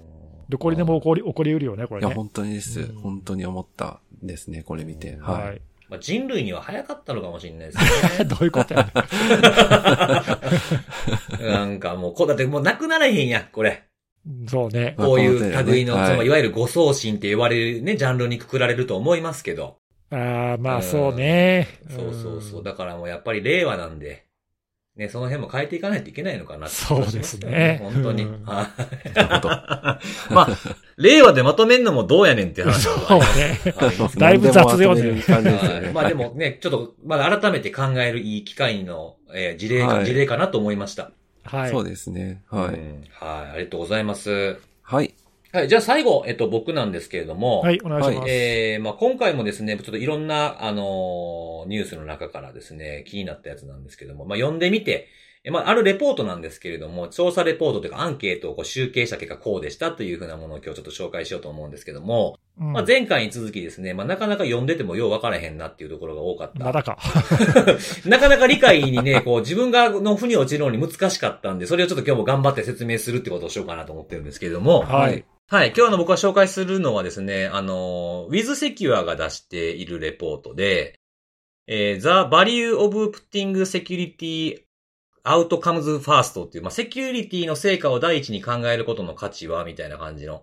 B: どこにでも起こり、起こりうるよね、こ
C: い
B: れ
C: や、
B: ね。
C: 本当にです。
B: うん
C: 本当に思ったですね、これ見て。
B: は。
C: はい
A: まあ、人類には早かったのかもしれないですね。
B: どういうことやね。
A: なんかもう、こうだってもうなくならへんやん、これ。
B: そうね。
A: こういう類の、
C: まあ
A: そ
C: この程度ね
A: の
C: はい。
A: いわゆる誤送信って言われるね、ジャンルにくくられると思いますけど。
B: ああ、まあそうね。
A: そうそうそう。
B: ん
A: だからもうやっぱり令和なんで、ね、その辺も変えていかないといけないのかなって
B: そうですね
A: 本当に。
B: うん
A: はい
C: なるほど。
A: いまあ、令和でまとめんのもどうやねんって話は
B: そうね。
A: あります
B: だいぶ雑用ね
C: 何でもまとめる感じですよ
A: は
C: ね。
A: いまあでもね、ちょっと、まだ改めて考えるいい機会の、えー事例、
C: はい
A: 事例かなと思いました。
B: は。
C: はいい。そうですね。は
A: うんは
C: い。
A: い、ありがとうございます。
C: はい。
A: はい、じゃあ最後、えっと、僕なんですけれども、
B: はい、お願いします。
A: えーまあ、今回もですね、ちょっといろんな、あのーニュースの中からですね、気になったやつなんですけども、まあ、読んでみて、えまあ、あるレポートなんですけれども、調査レポートというかアンケートをこう集計した結果こうでしたというふうなものを今日ちょっと紹介しようと思うんですけども、
B: うん
A: まあ、前回に続きですね、まあ、なかなか読んでてもよう分からへんなっていうところが多かった。
B: まだか。
A: なかなか理解にね、こう自分がの腑に落ちるのに難しかったんで、それをちょっと今日も頑張って説明するってことをしようかなと思ってるんですけれども、
B: はい。
A: はい。今日の僕が紹介するのはですね、あの、With Secure が出しているレポートで、えー The Value of Putting Security Outcomes First っていう、まあ、セキュリティの成果を第一に考えることの価値は、みたいな感じの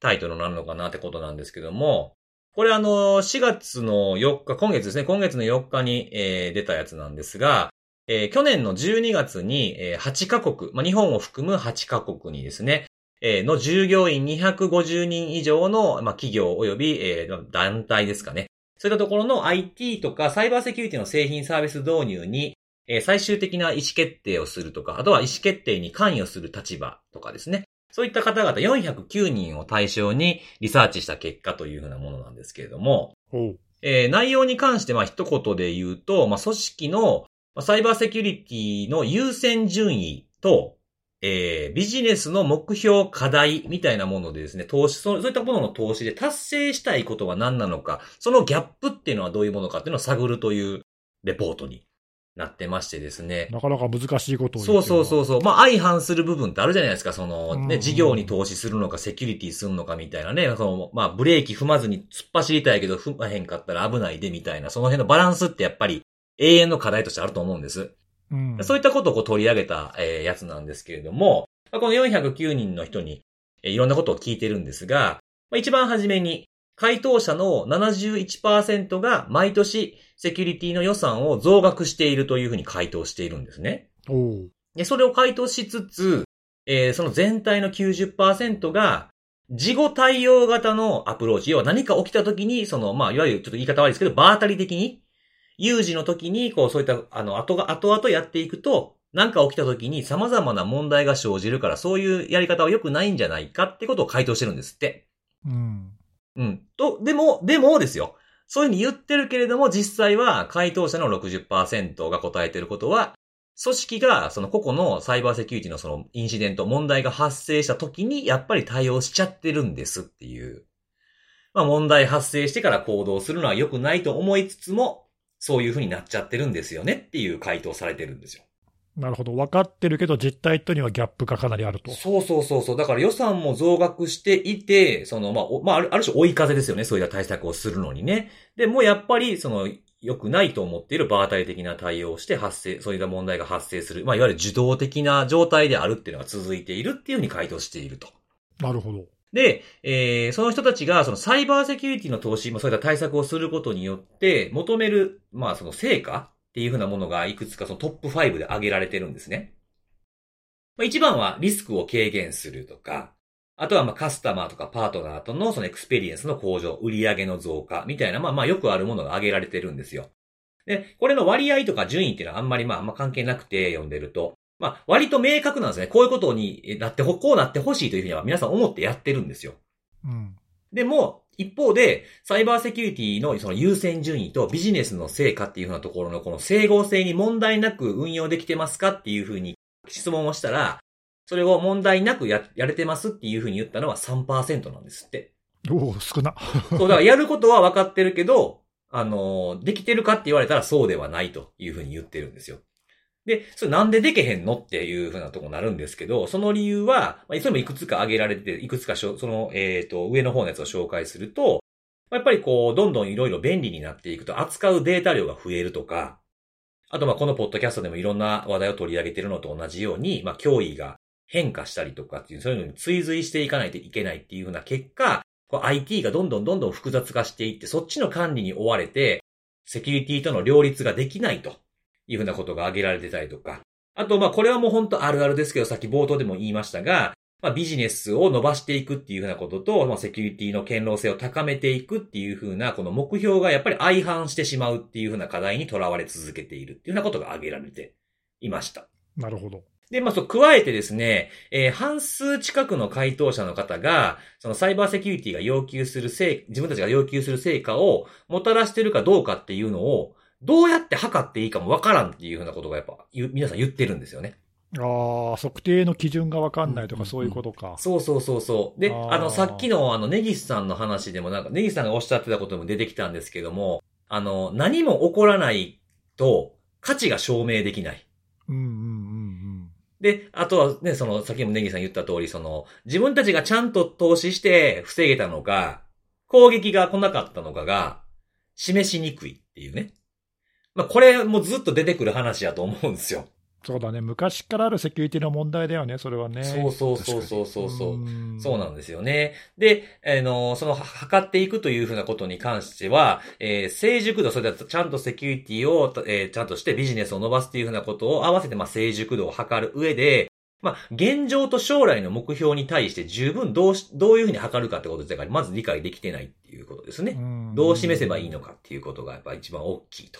A: タイトルになるのかなってことなんですけども、これあの、4月の4日、今月ですね、今月の4日に、えー出たやつなんですが、えー去年の12月に、えー8カ国、まあ、日本を含む8カ国にですね、えーの従業員250人以上の、まあ、企業及び、えー団体ですかね。そういったところの IT とかサイバーセキュリティの製品サービス導入に、えー最終的な意思決定をするとか、あとは意思決定に関与する立場とかですね。そういった方々409人を対象にリサーチした結果というふうなものなんですけれども、
B: おう
A: えー内容に関して、まあ、一言で言うと、まあ、組織のまあサイバーセキュリティの優先順位と、えービジネスの目標、課題みたいなものでですね、投資、そうそういったものの投資で達成したいことは何なのか、そのギャップっていうのはどういうものかっていうのを探るというレポートになってましてですね。
B: なかなか難しいことを言
A: そうそうそううそう。まあ、相反する部分ってあるじゃないですか。その、
B: うん
A: ね、事業に投資するのか、セキュリティするのかみたいなね。その、まあ、ブレーキ踏まずに突っ走りたいけど、踏まへんかったら危ないでみたいな、その辺のバランスってやっぱり永遠の課題としてあると思うんです。
B: う。うん、
A: そういったことをこう取り上げた、えーやつなんですけれども、まあこの409人の人に、えーいろんなことを聞いてるんですが、まあ、一番初めに、回答者の71%が毎年セキュリティの予算を増額しているというふうに回答しているんですね。
B: おう
A: で、それを回答しつつ、えーその全体の90%が、事後対応型のアプローチ、要は何か起きた時に、その、まあ、いわゆるちょっと言い方悪いですけど、場当たり的に、有事の時に、こう、そういった、あの、後が、後々やっていくと、何か起きた時に様々な問題が生じるから、そういうやり方は良くないんじゃないかってことを回答してるんですって。
B: うん。
A: うん。と、でも、でもですよ。そういうふうに言ってるけれども、実際は回答者の60%が答えてることは、組織がその個々のサイバーセキュリティのそのインシデント、問題が発生した時にやっぱり対応しちゃってるんですっていう。まあ問題発生してから行動するのは良くないと思いつつも、そういうふうになっちゃってるんですよねっていう回答されてるんですよ。
B: なるほど。分かってるけど、実態とにはギャップがかなりあると。
A: そうそうそうそう。だから予算も増額していて、その、まあ、おまあ、あるある種追い風ですよね。そういった対策をするのにね。で、もうやっぱり、その、良くないと思っている場体的な対応をして発生、そういった問題が発生する。まあ、いわゆる受動的な状態であるっていうのが続いているっていうふうに回答していると。
B: なるほど。
A: で、えーその人たちが、そのサイバーセキュリティの投資、まあそういった対策をすることによって、求める、まあその成果っていうふうなものが、いくつかそのトップ5で挙げられてるんですね。まあ一番はリスクを軽減するとか、あとはまあカスタマーとかパートナーとのそのエクスペリエンスの向上、売上の増加みたいな、まあまあよくあるものが挙げられてるんですよ。で、これの割合とか順位っていうのはあんまりまああんま関係なくて読んでると、まあ割と明確なんですね。こういうことになってほ、こうなってほしいというふうには皆さん思ってやってるんですよ。
B: うん。
A: でも、一方で、サイバーセキュリティのその優先順位とビジネスの成果っていうふうなところのこの整合性に問題なく運用できてますかっていうふうに質問をしたら、それを問題なくや、やれてますっていうふうに言ったのは3%なんですって。
B: おお、少な。
A: そう、だからやることは分かってるけど、あのー、できてるかって言われたらそうではないというふうに言ってるんですよ。で、それなんででけへんのっていうふうなとこになるんですけど、その理由は、まあ、それもいくつか挙げられて、いくつかしょ、その、えっ、と、上の方のやつを紹介すると、まあやっぱりこう、どんどんいろいろ便利になっていくと、扱うデータ量が増えるとか、あとまあこのポッドキャストでもいろんな話題を取り上げてるのと同じように、まあ脅威が変化したりとかっていう、そういうのに追随していかないといけないっていうふうな結果、こう IT がどんどんどんどん複雑化していって、そっちの管理に追われて、セキュリティとの両立ができないというふうなことが挙げられてたりとか。あと、まあこれはもう本当あるあるですけど、さっき冒頭でも言いましたが、まあビジネスを伸ばしていくっていうふうなことと、まあセキュリティの堅牢性を高めていくっていうふうな、この目標がやっぱり相反してしまうっていうふうな課題にとらわれ続けているっていうようなことが挙げられていました。
B: なるほど。
A: で、まあ、そう、加えてですね、えー半数近くの回答者の方が、そのサイバーセキュリティが要求する成、自分たちが要求する成果をもたらしてるかどうかっていうのを、どうやって測っていいかもわからんっていうふうなことがやっぱ、ゆ皆さん言ってるんですよね。
B: ああ、測定の基準が分かんないと
A: うんうんう
B: か、
A: ん
B: そういうことか。
A: そうそうそうそう。で、
B: あー
A: あの、さっきのあの、ネギスさんの話でもなんか、ネギスさんがおっしゃってたことも出てきたんですけども、あの、何も起こらないと価値が証明できない。
B: うんうんうん
A: で、あとはね、その、先もネギさん言った通り、その、自分たちがちゃんと投資して防げたのか、攻撃が来なかったのかが、示しにくいっていうね。まあ、これもずっと出てくる話やと思うんですよ。
B: そうだね、昔からあるセキュリティの問題だよね、それはね。
A: そうそうそうそうそうそう。
B: ん
A: そうなんですよね。で、あの、その、は測っていくというふうなことに関しては、えー成熟度、それではちゃんとセキュリティを、えーちゃんとしてビジネスを伸ばすっていうふうなことを合わせて、まあ、成熟度を測る上で、まあ、現状と将来の目標に対して十分どうし、どういうふうに測るかってこと自体が、まず理解できてないっていうことですね。
B: ん
A: どう示せばいいのかっていうことがやっぱ一番大きいと。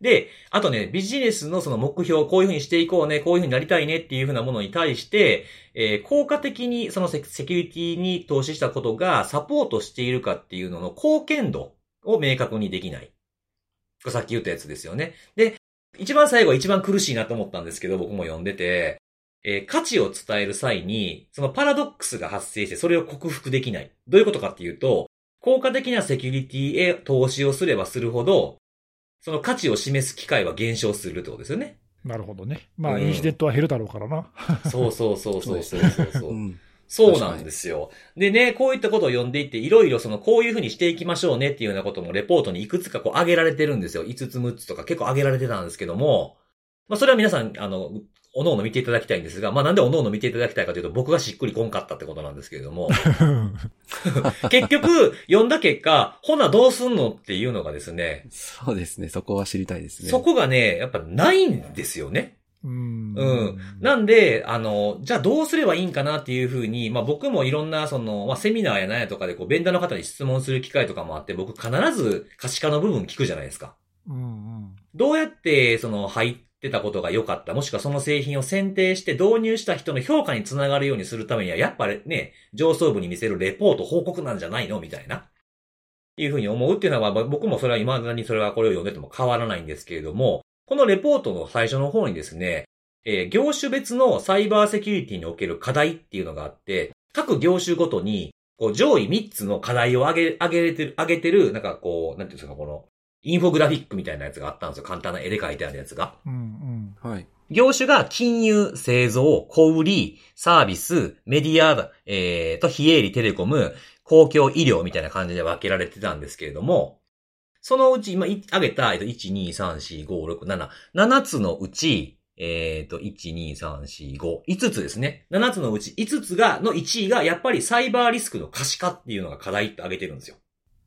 A: で、あとね、ビジネスのその目標、こういうふうにしていこうね、こういうふうになりたいねっていうふうなものに対して、えー効果的にそのセセキュリティに投資したことがサポートしているかっていうのの貢献度を明確にできない。これさっき言ったやつですよね。で、一番最後一番苦しいなと思ったんですけど、僕も読んでて、えー価値を伝える際に、そのパラドックスが発生してそれを克服できない。どういうことかっていうと、効果的なセキュリティへ投資をすればするほど、その価値を示す機会は減少するってことですよね。
B: なるほどね。まあ、
A: うん
B: インシデントは減るだろうから な。
A: そうそうそうそうそうそうそうう。
C: ん。
A: そうなんですよ。でね、こういったことを読んでいって、いろいろその、こういうふうにしていきましょうねっていうようなこともレポートにいくつかこう挙げられてるんですよ。5つ6つとか結構挙げられてたんですけども、まあそれは皆さん、あの、おのおの見ていただきたいんですが、まあなんでおのおの見ていただきたいかというと、僕がしっくりこんかったってことなんですけれども、結局、読んだ結果、ほなどうすんのっていうのがですね、
C: そうですね。そこは知りたいですね。
A: そこがね、やっぱないんですよね。
B: うん
A: うんなんで、あの、じゃあどうすればいいんかなっていうふうに、まあ僕もいろんな、その、まあセミナーやなんやとかで、こう、ベンダーの方に質問する機会とかもあって、僕必ず可視化の部分聞くじゃないですか。
B: うんうん
A: どうやって、その、入ってたことが良かった、もしくはその製品を選定して導入した人の評価につながるようにするためには、やっぱね、上層部に見せるレポート報告なんじゃないのみたいな。いうふうに思うっていうのは、まあ僕もそれは未だにそれはこれを読んでても変わらないんですけれども、このレポートの最初の方にですね、えー業種別のサイバーセキュリティにおける課題っていうのがあって、各業種ごとに、こう上位3つの課題を上げ、上げれてる、上げてる、なんかこう、なんていうんですか、この、インフォグラフィックみたいなやつがあったんですよ。簡単な絵で描いてあるやつが。
B: うん
C: はい。
A: 業種が金融、製造、小売、サービス、メディア、えー、と、非営利、テレコム、公共医療みたいな感じで分けられてたんですけれども、そのうち、今、い挙げた、えっと、1、2、3、4、5、6、7、7つのうち、えっ、と、1、2、3、4、5、5つですね。7つのうち5つが、の1位が、やっぱりサイバーリスクの可視化っていうのが課題って挙げてるんですよ。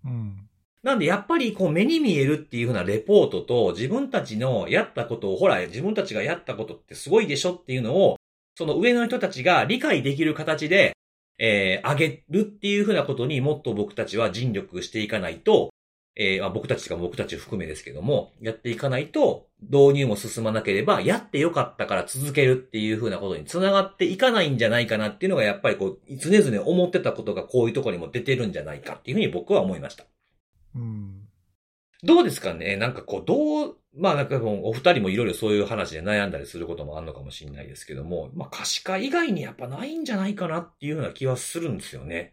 B: うん。うん。
A: なんでやっぱりこう目に見えるっていう風なレポートと自分たちのやったことを、ほら自分たちがやったことってすごいでしょっていうのを、その上の人たちが理解できる形で、えー、上げるっていう風なことにもっと僕たちは尽力していかないと、えーまあ僕たちとか僕たち含めですけども、やっていかないと導入も進まなければ、やってよかったから続けるっていう風なことにつながっていかないんじゃないかなっていうのがやっぱりこう、常々思ってたことがこういうところにも出てるんじゃないかっていう風に僕は思いました。
B: うん。
A: どうですかねなんかこう、どう、まあなんかもうお二人もいろいろそういう話で悩んだりすることもあるのかもしれないですけども、まあ可視化以外にやっぱないんじゃないかなっていうような気はするんですよね。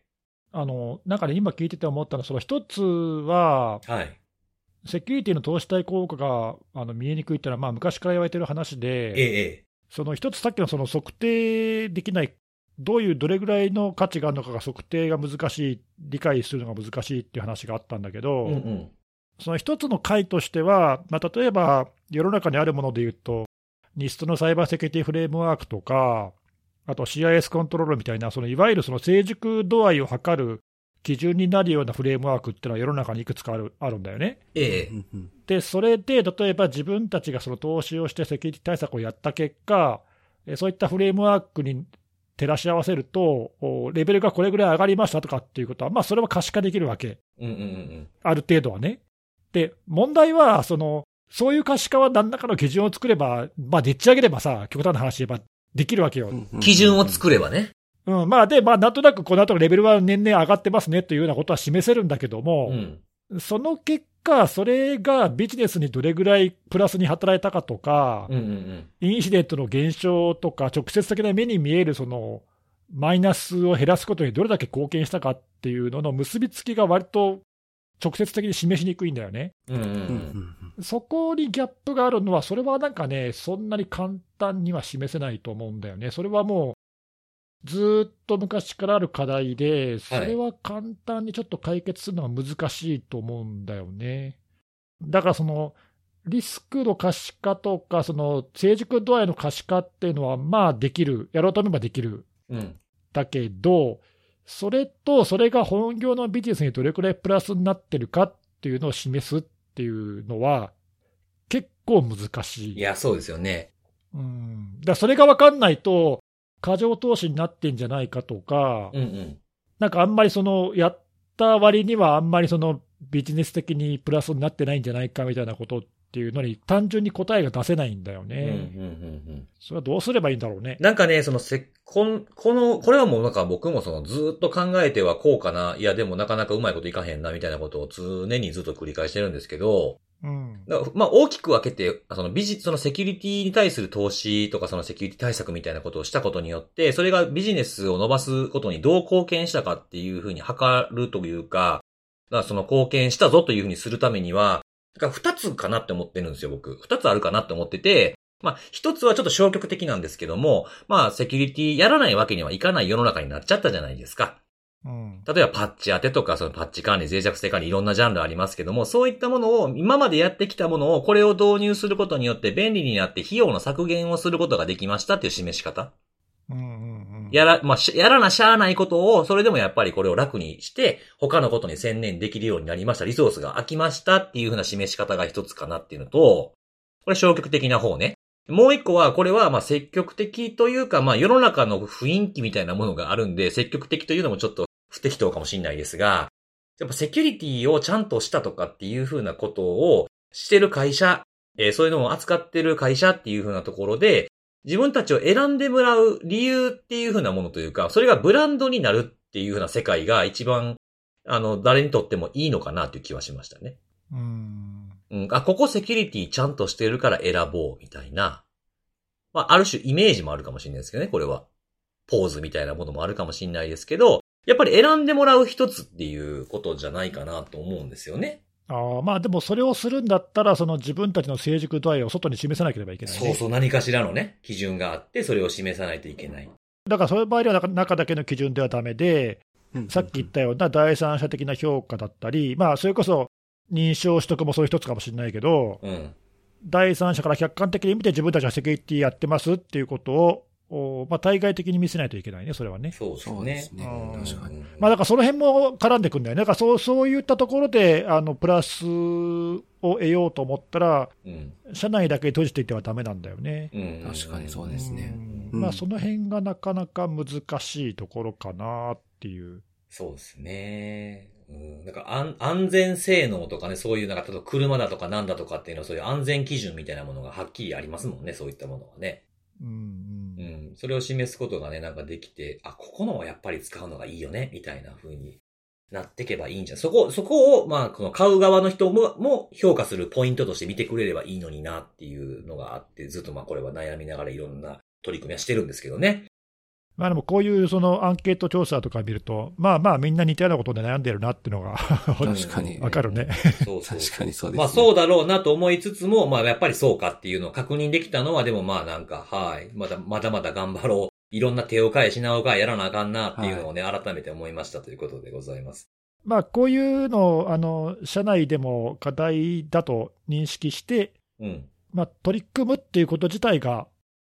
B: あの、なんかね、今聞いてて思ったのは、その一つは、
A: はい。
B: セキュリティの投資対効果があの見えにくいっていうのは、まあ、昔から言われてる話
A: ええ
B: で、、
A: え
B: その一つ、さっきのその測定できない、どういう、どれぐらいの価値があるのかが測定が難しい、理解するのが難しいっていう話があったんだけ
A: え。
B: ど、
A: うんうん。
B: その一つの解としては、まあ、例えば世の中にあるものでいうと、NIST のサイバーセキュリティフレームワークとか、あと CIS コントロールみたいな、そのいわゆるその成熟度合いを測る基準になるようなフレームワークっていうのは世の中にいくつかあるあるんだよね。
A: ええ。
C: うんうん
B: で、それで、例えば自分たちがその投資をしてセキュリティ対策をやった結果、えそういったフレームワークに照らし合わせると、おレベルがこれぐらい上がりましたとかっていうことは、まあ、それは可視化できるわけ、
A: うんうんうん
B: ある程度はね。で、問題は、その、そういう可視化は何らかの基準を作れば、まあ、でっち上げればさ、極端な話言えば、できるわけよ。
C: うんう。
A: うんん。基準を作ればね。
B: うん、まあ、で、まあ、なんとなくこの後のレベルは年々上がってますねというようなことは示せるんだけども、
A: うん。
B: その結果、それがビジネスにどれぐらいプラスに働いたかとか、
A: うんうんうん。
B: インシデントの減少とか、直接的な目に見えるそのマイナスを減らすことにどれだけ貢献したかっていうのの結びつきが割と直接的に示しにくいんだよね。
A: うんうんう。
C: うんうんん
B: そこにギャップがあるのは、それはなんかね、そんなに簡単には示せないと思うんだよね。それはもう、ずーっと昔からある課題で、それは簡単にちょっと解決するのは難しいと思うんだよね。だからその、リスクの可視化とか、その成熟度合いの可視化っていうのは、まあできる、やろうと思えばできる
A: うん。
B: だけど、それとそれが本業のビジネスにどれくらいプラスになってるかっていうのを示すっていうのは、結構難
A: い
B: しい。
A: や、そうですよね。
B: うん、だからそれが分かんないと、過剰投資になってんじゃないかとか、
A: うんうん。
B: なんかあんまりその、やった割にはあんまりそのビジネス的にプラスになってないんじゃないかみたいなことっていうのに、単純に答えが出せないんだよ
A: うんうんうん
B: ね。
A: うん。
B: それはどうすればいいんだろうね。
A: なんかね、そのせ、こん、この、これはもうなんか僕もそのずーっと考えてはこうかな、いやでもなかなかうまいこといかへんなみたいなことを常にずっと繰り返してるんですけど、
B: うん。
A: だからまあ大きく分けて、そのビジ、そのセキュリティに対する投資とかそのセキュリティ対策みたいなことをしたことによって、それがビジネスを伸ばすことにどう貢献したかっていうふうに測るというか、まあその貢献したぞというふうにするためには、だから二つかなって思ってるんですよ、僕。二つあるかなって思ってて、まあ一つはちょっと消極的なんですけども、まあセキュリティやらないわけにはいかない世の中になっちゃったじゃないですか。
B: うん。
A: 例えばパッチ当てとか、そのパッチ管理、脆弱性管理、いろんなジャンルありますけども、そういったものを、今までやってきたものを、これを導入することによって便利になって費用の削減をすることができましたっていう示し方。
B: うんうんうん。
A: やら、まあ、しやらなしゃあないことを、それでもやっぱりこれを楽にして、他のことに専念できるようになりました、リソースが空きましたっていうふうな示し方が一つかなっていうのと、これ消極的な方ね。もう一個は、これは、まあ、積極的というか、まあ、世の中の雰囲気みたいなものがあるんで、積極的というのもちょっと不適当かもしれないですが、やっぱセキュリティをちゃんとしたとかっていうふうなことをしてる会社、えーそういうのを扱ってる会社っていうふうなところで、自分たちを選んでもらう理由っていう風なものというか、それがブランドになるっていう風な世界が一番あの、誰にとってもいいのかなという気はしましたね。
B: うん。
A: うん、あ、ここセキュリティちゃんとしてるから選ぼう、みたいな。まあ、ある種イメージもあるかもしれないですけどね、これは。ポーズみたいなものもあるかもしれないですけど、やっぱり選んでもらう一つっていうことじゃないかなと思うんですよね。
B: あーまあでもそれをするんだったら、その自分たちの成熟度合いを外に示さなければいけない、ね。
A: そうそう、何かしらのね、基準があって、それを示さないといけない。
B: だからそういう場合では中、中だけの基準ではダメで、
C: うん
B: さっき言ったような第三者的な評価だったり、まあ、それこそ認証取得もそういう一つかもしれないけど、
A: うん。
B: 第三者から客観的に見て、自分たちはセキュリティやってますっていうことを、おまあ、対外的に見せないといけないね、それはね。
A: そうです
C: そうで
A: ね
C: す。ね。
B: うん
C: 確かに。
B: まあ、だからその辺も絡んでくんだよね、だからそうそういったところであのプラスを得ようと思ったら、
A: うん。
B: 社内だけ閉じていてはだめなんだよね。
A: うん。
C: 確かにそう
A: す
C: ですね。
B: う
C: うんん
B: まあ、その辺がなかなか難しいところかなっていう。
A: そうですね。うん、なんか安安全性能とかね、そういうなんか、例えば車だとかなんだとかっていうのはそういう安全基準みたいなものがはっきりありますもんね、そういったものはね。
B: うんうん
A: うん。それを示すことがね、なんかできて、あ、ここのはやっぱり使うのがいいよね、みたいな風になってけばいいんじゃん。そこ、そこを、まあ、この買う側の人も、も評価するポイントとして見てくれればいいのになっていうのがあって、ずっとまあこれは悩みながらいろんな取り組みはしてるんですけどね。
B: まあ、でもこういうそのアンケート調査とか見ると、まあまあ、みんな似たようなことで悩んでるなっていう のが
C: 確かに
B: わかるね。
A: そうそうそう
C: 確かにそうですね。
A: まあそうだろうなと思いつつも、まあやっぱりそうかっていうのを確認できたのは、でもまあなんか、はい、まだまだまだ頑張ろう。いろんな手を変え、品を変え、やらなあかんなっていうのをね、改めて思いましたということでございます。
B: まあこういうのをあの社内でも課題だと認識して、
A: うん。
B: まあ、取り組むっていうこと自体が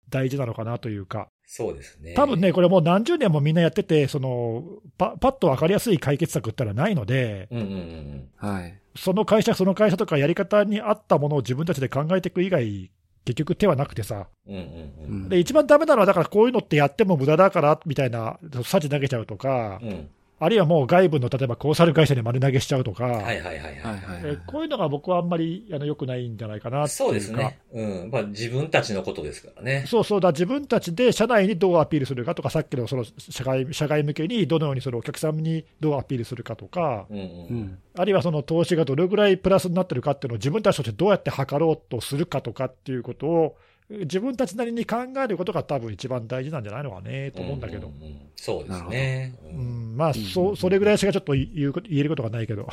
B: 大事なのかなというか、
A: そうですね。
B: 多分ね、。これもう何十年もみんなやってて、そのパパッと分かりやすい解決策ったらないので、
A: うんうんうん
C: はい。
B: その会社、その会社とかやり方に合ったものを自分たちで考えていく以外、結局手はなくてさ、
A: うん。うん
C: う
A: うん
C: ん
B: で一番ダメなのは、だからこういうのってやっても無駄だからみたいな、さじ投げちゃうとか
A: う、ん。うん。
B: あるいはもう外部の例えばコンサル会社に丸投げしちゃうとか、
A: はいはいはい
C: は
A: はい。
C: はい
B: え
C: はい
B: ー。こういうのが僕はあんまりあの良くないんじゃないかないっていう
A: そう
B: か
A: ですね。うん。まあ自分たちのことですからね。
B: そうそうだ、自分たちで社内にどうアピールするかとか、さっきのその社外社外向けにどのようにそのお客さんにどうアピールするかとか、
A: うんう。
C: うんん。
B: あるいはその投資がどれぐらいプラスになってるかっていうのを自分たちとしてどうやって測ろうとするかとかっていうことを、自分たちなりに考えることが多分一番大事なんじゃないのかねと思うんだけど
A: う。んうんそうですね。う
B: うんん、まあ
C: う
B: そ、
C: ん
B: それぐらいしかちょっと言うこと言えることがないけど、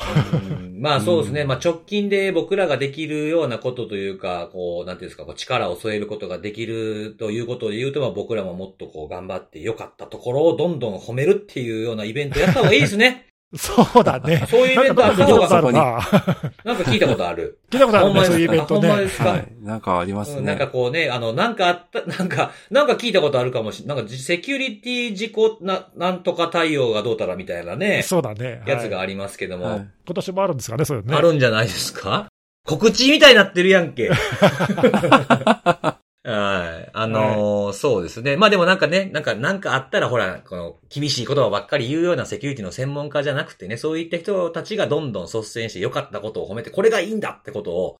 A: うんまあそうですね。
C: うん
A: まあ直近で僕らができるようなことというか、こう、なんていうんですか、こう力を添えることができるということで言うと、まあ僕らももっとこう頑張って良かったところをどんどん褒めるっていうようなイベントやった方がいいですね。
B: そう だね。
A: そういうイベントあ
B: な
A: っ
B: ん
A: た
B: か聞い
A: 方
B: たことあ
A: が、
B: るな。
A: なんか聞いたことある。
B: 聞いたことある
A: ほんま
B: ね、
A: です
B: そういうイベント
A: あほんま
B: ね
A: で。すか
C: はい。なんかあります
A: う
C: ね。
A: ん、なんかこうね、あの、なんかあった、なんか、なんか聞いたことあるかもしれない。なんかセキュリティ事故な、なんとか対応がどうたらみたいなね、
B: そうだね。
A: やつが
B: はい
A: ありますけども、
C: はい
B: 今年もあるんですかね、そういうのね。
A: あるんじゃないですか告知みたいになってるやん け。 はい。あのーそうですね。まあでもなんかね、なんか、なんかあったらほら、この、厳しい言葉ばっかり言うようなセキュリティの専門家じゃなくてね、そういった人たちがどんどん率先して良かったことを褒めて、これがいいんだってことを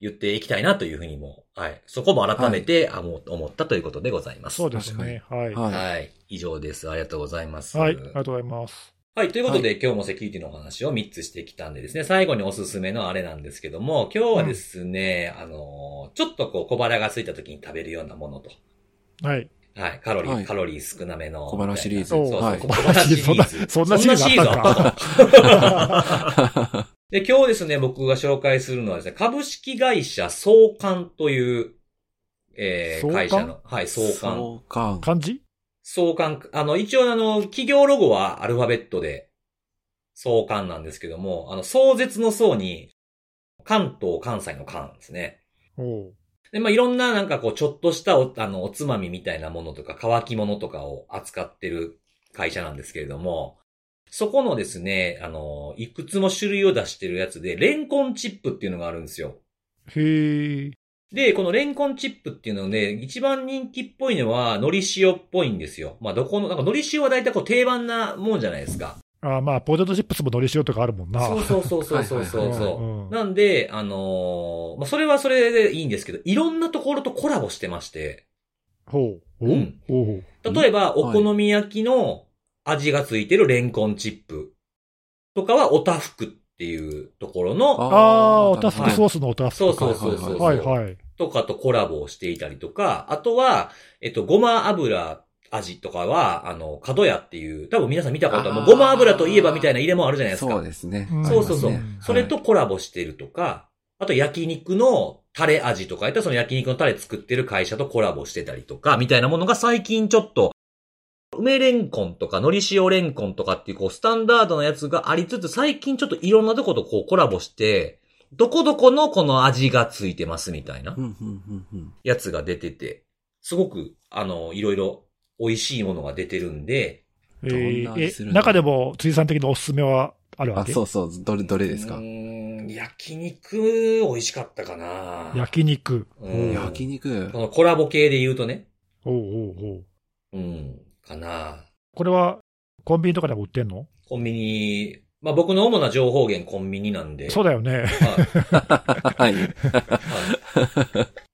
A: 言っていきたいなというふうにも、はい。そこも改めて、あもう思ったということでございます。
B: そうですね。はい。は
C: はい。
A: はい。以上です。ありがとうございます。
B: い。ありがとうございます。
A: はい。ということで、今日もセキュリティのお話を3つしてきたんでですね、最後におすすめのあれなんですけども、今日はですね、あのー、ちょっとこう小腹が空いた時に食べるようなものと。
B: はい。
A: はい。カロリー、
C: はい
A: カロリー少なめの。
C: 小腹シリーズ
A: そうそう、
C: はい
A: 小腹シリーズ。
B: そんなそんなシリーズあったんか
A: そんなシリーズあったの で、今日ですね、僕が紹介するのはですね、株式会社創刊という、えー、
B: 創刊
A: 会社の、はい、創刊。
C: そうか。
B: 漢字
A: 創刊、あの、一応あの、企業ロゴはアルファベットで、創刊なんですけども、あの、壮絶の層に、関東、関西の関ですね。
B: おう
A: で、まあ、いろんななんかこう、ちょっとしたお、あの、おつまみみたいなものとか、乾き物とかを扱ってる会社なんですけれども、そこのですね、あの、いくつも種類を出してるやつで、レンコンチップっていうのがあるんですよ。
B: へえ。
A: で、このレンコンチップっていうのね、一番人気っぽいのは、海苔塩っぽいんですよ。まあ、どこの、なんか海苔塩は大体こう定番なもんじゃないですか。
B: あまあ、ポテトチップスものり塩とかあるもんな。
A: そうそうそうそうそうそ
C: は
A: う
C: いはい
A: そう。
B: んうん
A: なんで、あのーまあ、それはそれでいいんですけど、いろんなところとコラボしてまして、
B: ほう。
A: うん
B: おう。
A: 例えば、
C: ん
A: お好み焼きの味がついてるレンコンチップ。とかはオタフクっていうところ
C: あ
A: の、
B: あ
C: ー
B: ー、おたふくソースのおたふ
A: そう
B: く
A: そう
B: か。
A: そうそう。
B: はいはい。
A: とかとコラボをしていたりとか、あとは、えっと、ごま油味とかは、あの、角屋っていう、多分皆さん見たことは、も
C: あ
A: う
C: ー
A: ごま油といえばみたいな入れ物あるじゃないですか。
C: そうですね。
B: うん
C: あ
A: そ
C: り
A: う
C: ます
A: そうそう
C: ね
A: それと、コラボしてるとか、あと焼肉のタレ味とかやったらその焼肉のタレ作ってる会社とコラボしてたりとか、みたいなものが最近ちょっと、梅レンコンとか、のり塩レンコンとかっていうこう、スタンダードなやつがありつつ、最近ちょっといろんなとことこうコラボして、どこどこのこの味がついてますみたいな
C: はいうんうんうんうん
A: やつが出てて、すごく、あの、いろいろ美味しいものが出てるんで、
B: え
C: どんな味す
B: ー
C: る
B: え、
C: んだ
B: 中でも、辻さん的なおすすめはあるわ
C: あ、
B: け
C: そうそう。どれ、どれです
A: う
C: か
A: ーん焼肉、美味しかったかな
B: 焼肉。
A: うん
C: 焼肉
A: こ。のコラボ系で言うとね。
B: おうおうおう
A: うん。かな
B: これは、コンビニとかでも売ってんの
A: コンビニ、まあ僕の主な情報源コンビニなんで。
B: そうだよね。。
A: はい
C: はい。
A: はい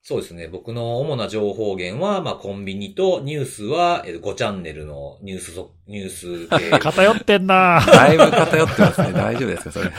A: そうですね。僕の主な情報源は、まあコンビニとニュースは、えー5チャンネルのニュースそ、ニュース 系
B: 偏ってんな
C: だいぶ偏ってますね。大丈夫ですかそれ。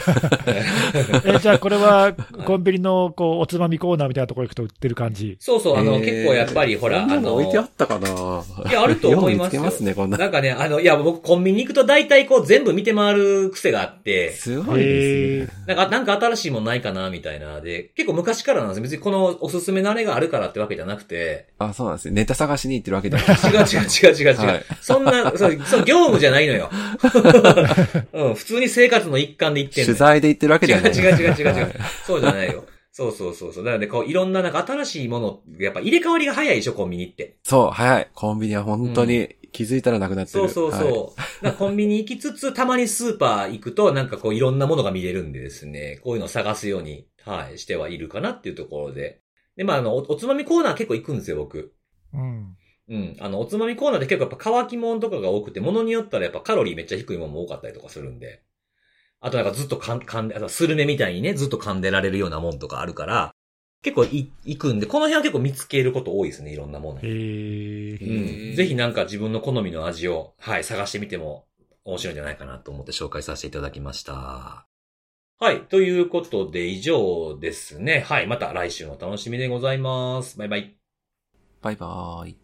B: え、じゃあこれは、コンビニの、こう、おつまみコーナーみたいなところ行くと売ってる感じ。
A: そうそう、あの、
C: えー
A: 結構やっぱりほら、
C: そ
A: あ
C: んな
A: の、
C: 置いてあったかない
A: やあると思いますよ
C: よう見つけますね、こん な。
A: なんかね、あの、いや、僕コンビニ行くと大体こう全部見て回る癖があって、
C: すごい
B: え
C: で
B: ー
C: すね。
A: なんか、なんか新しいもんないかな、みたいな。で、結構昔からなんですよ。別にこのおすすめのあれがあるからってわけじゃなくて、
C: あ、そうなんですね。ネタ探しに行ってるわけで はない。
A: 違う違う違う違う違う。
C: はい
A: そん な、そう、そう、業務じゃないのよ。 うん、普通に生活の一環で言ってんの
C: 取
A: よ
C: 材で行ってるわけではない。
A: 違う違う違う違う違
C: は
A: う
C: い。
A: そうじゃないよ。そうそうそうそう。なので、こう、いろんな、なんか新しいもの、やっぱ入れ替わりが早いでしょ、コンビニって。
C: そう、早い。コンビニは本当に気づいたらなくなって
A: そう
C: る。
A: そうそう。
C: はい
A: なんかコンビニ行きつつ、たまにスーパー行くと、なんかこう、いろんなものが見れるんでですね、こういうのを探すように、はい、してはいるかなっていうところで。で、まあ、あの、おおつまみコーナー結構行くんですよ、僕。
B: うん。
A: うん。あの、おつまみコーナーで結構やっぱ乾き物とかが多くて、物によったらやっぱカロリーめっちゃ低いものも多かったりとかするんで。あとなんかずっとかん、噛んで、あとスルメみたいにね、ずっと噛んでられるようなもんとかあるから、結構い、行くんで、この辺は結構見つけること多いですね、いろんなもの
B: え。ー
A: うん。ぜひなんか自分の好みの味を、はい、探してみても面白いんじゃないかなと思って紹介させていただきました。はい。ということで、以上ですね。はい。また来週のお楽しみでございます。バイバイ。
C: バイバーイ。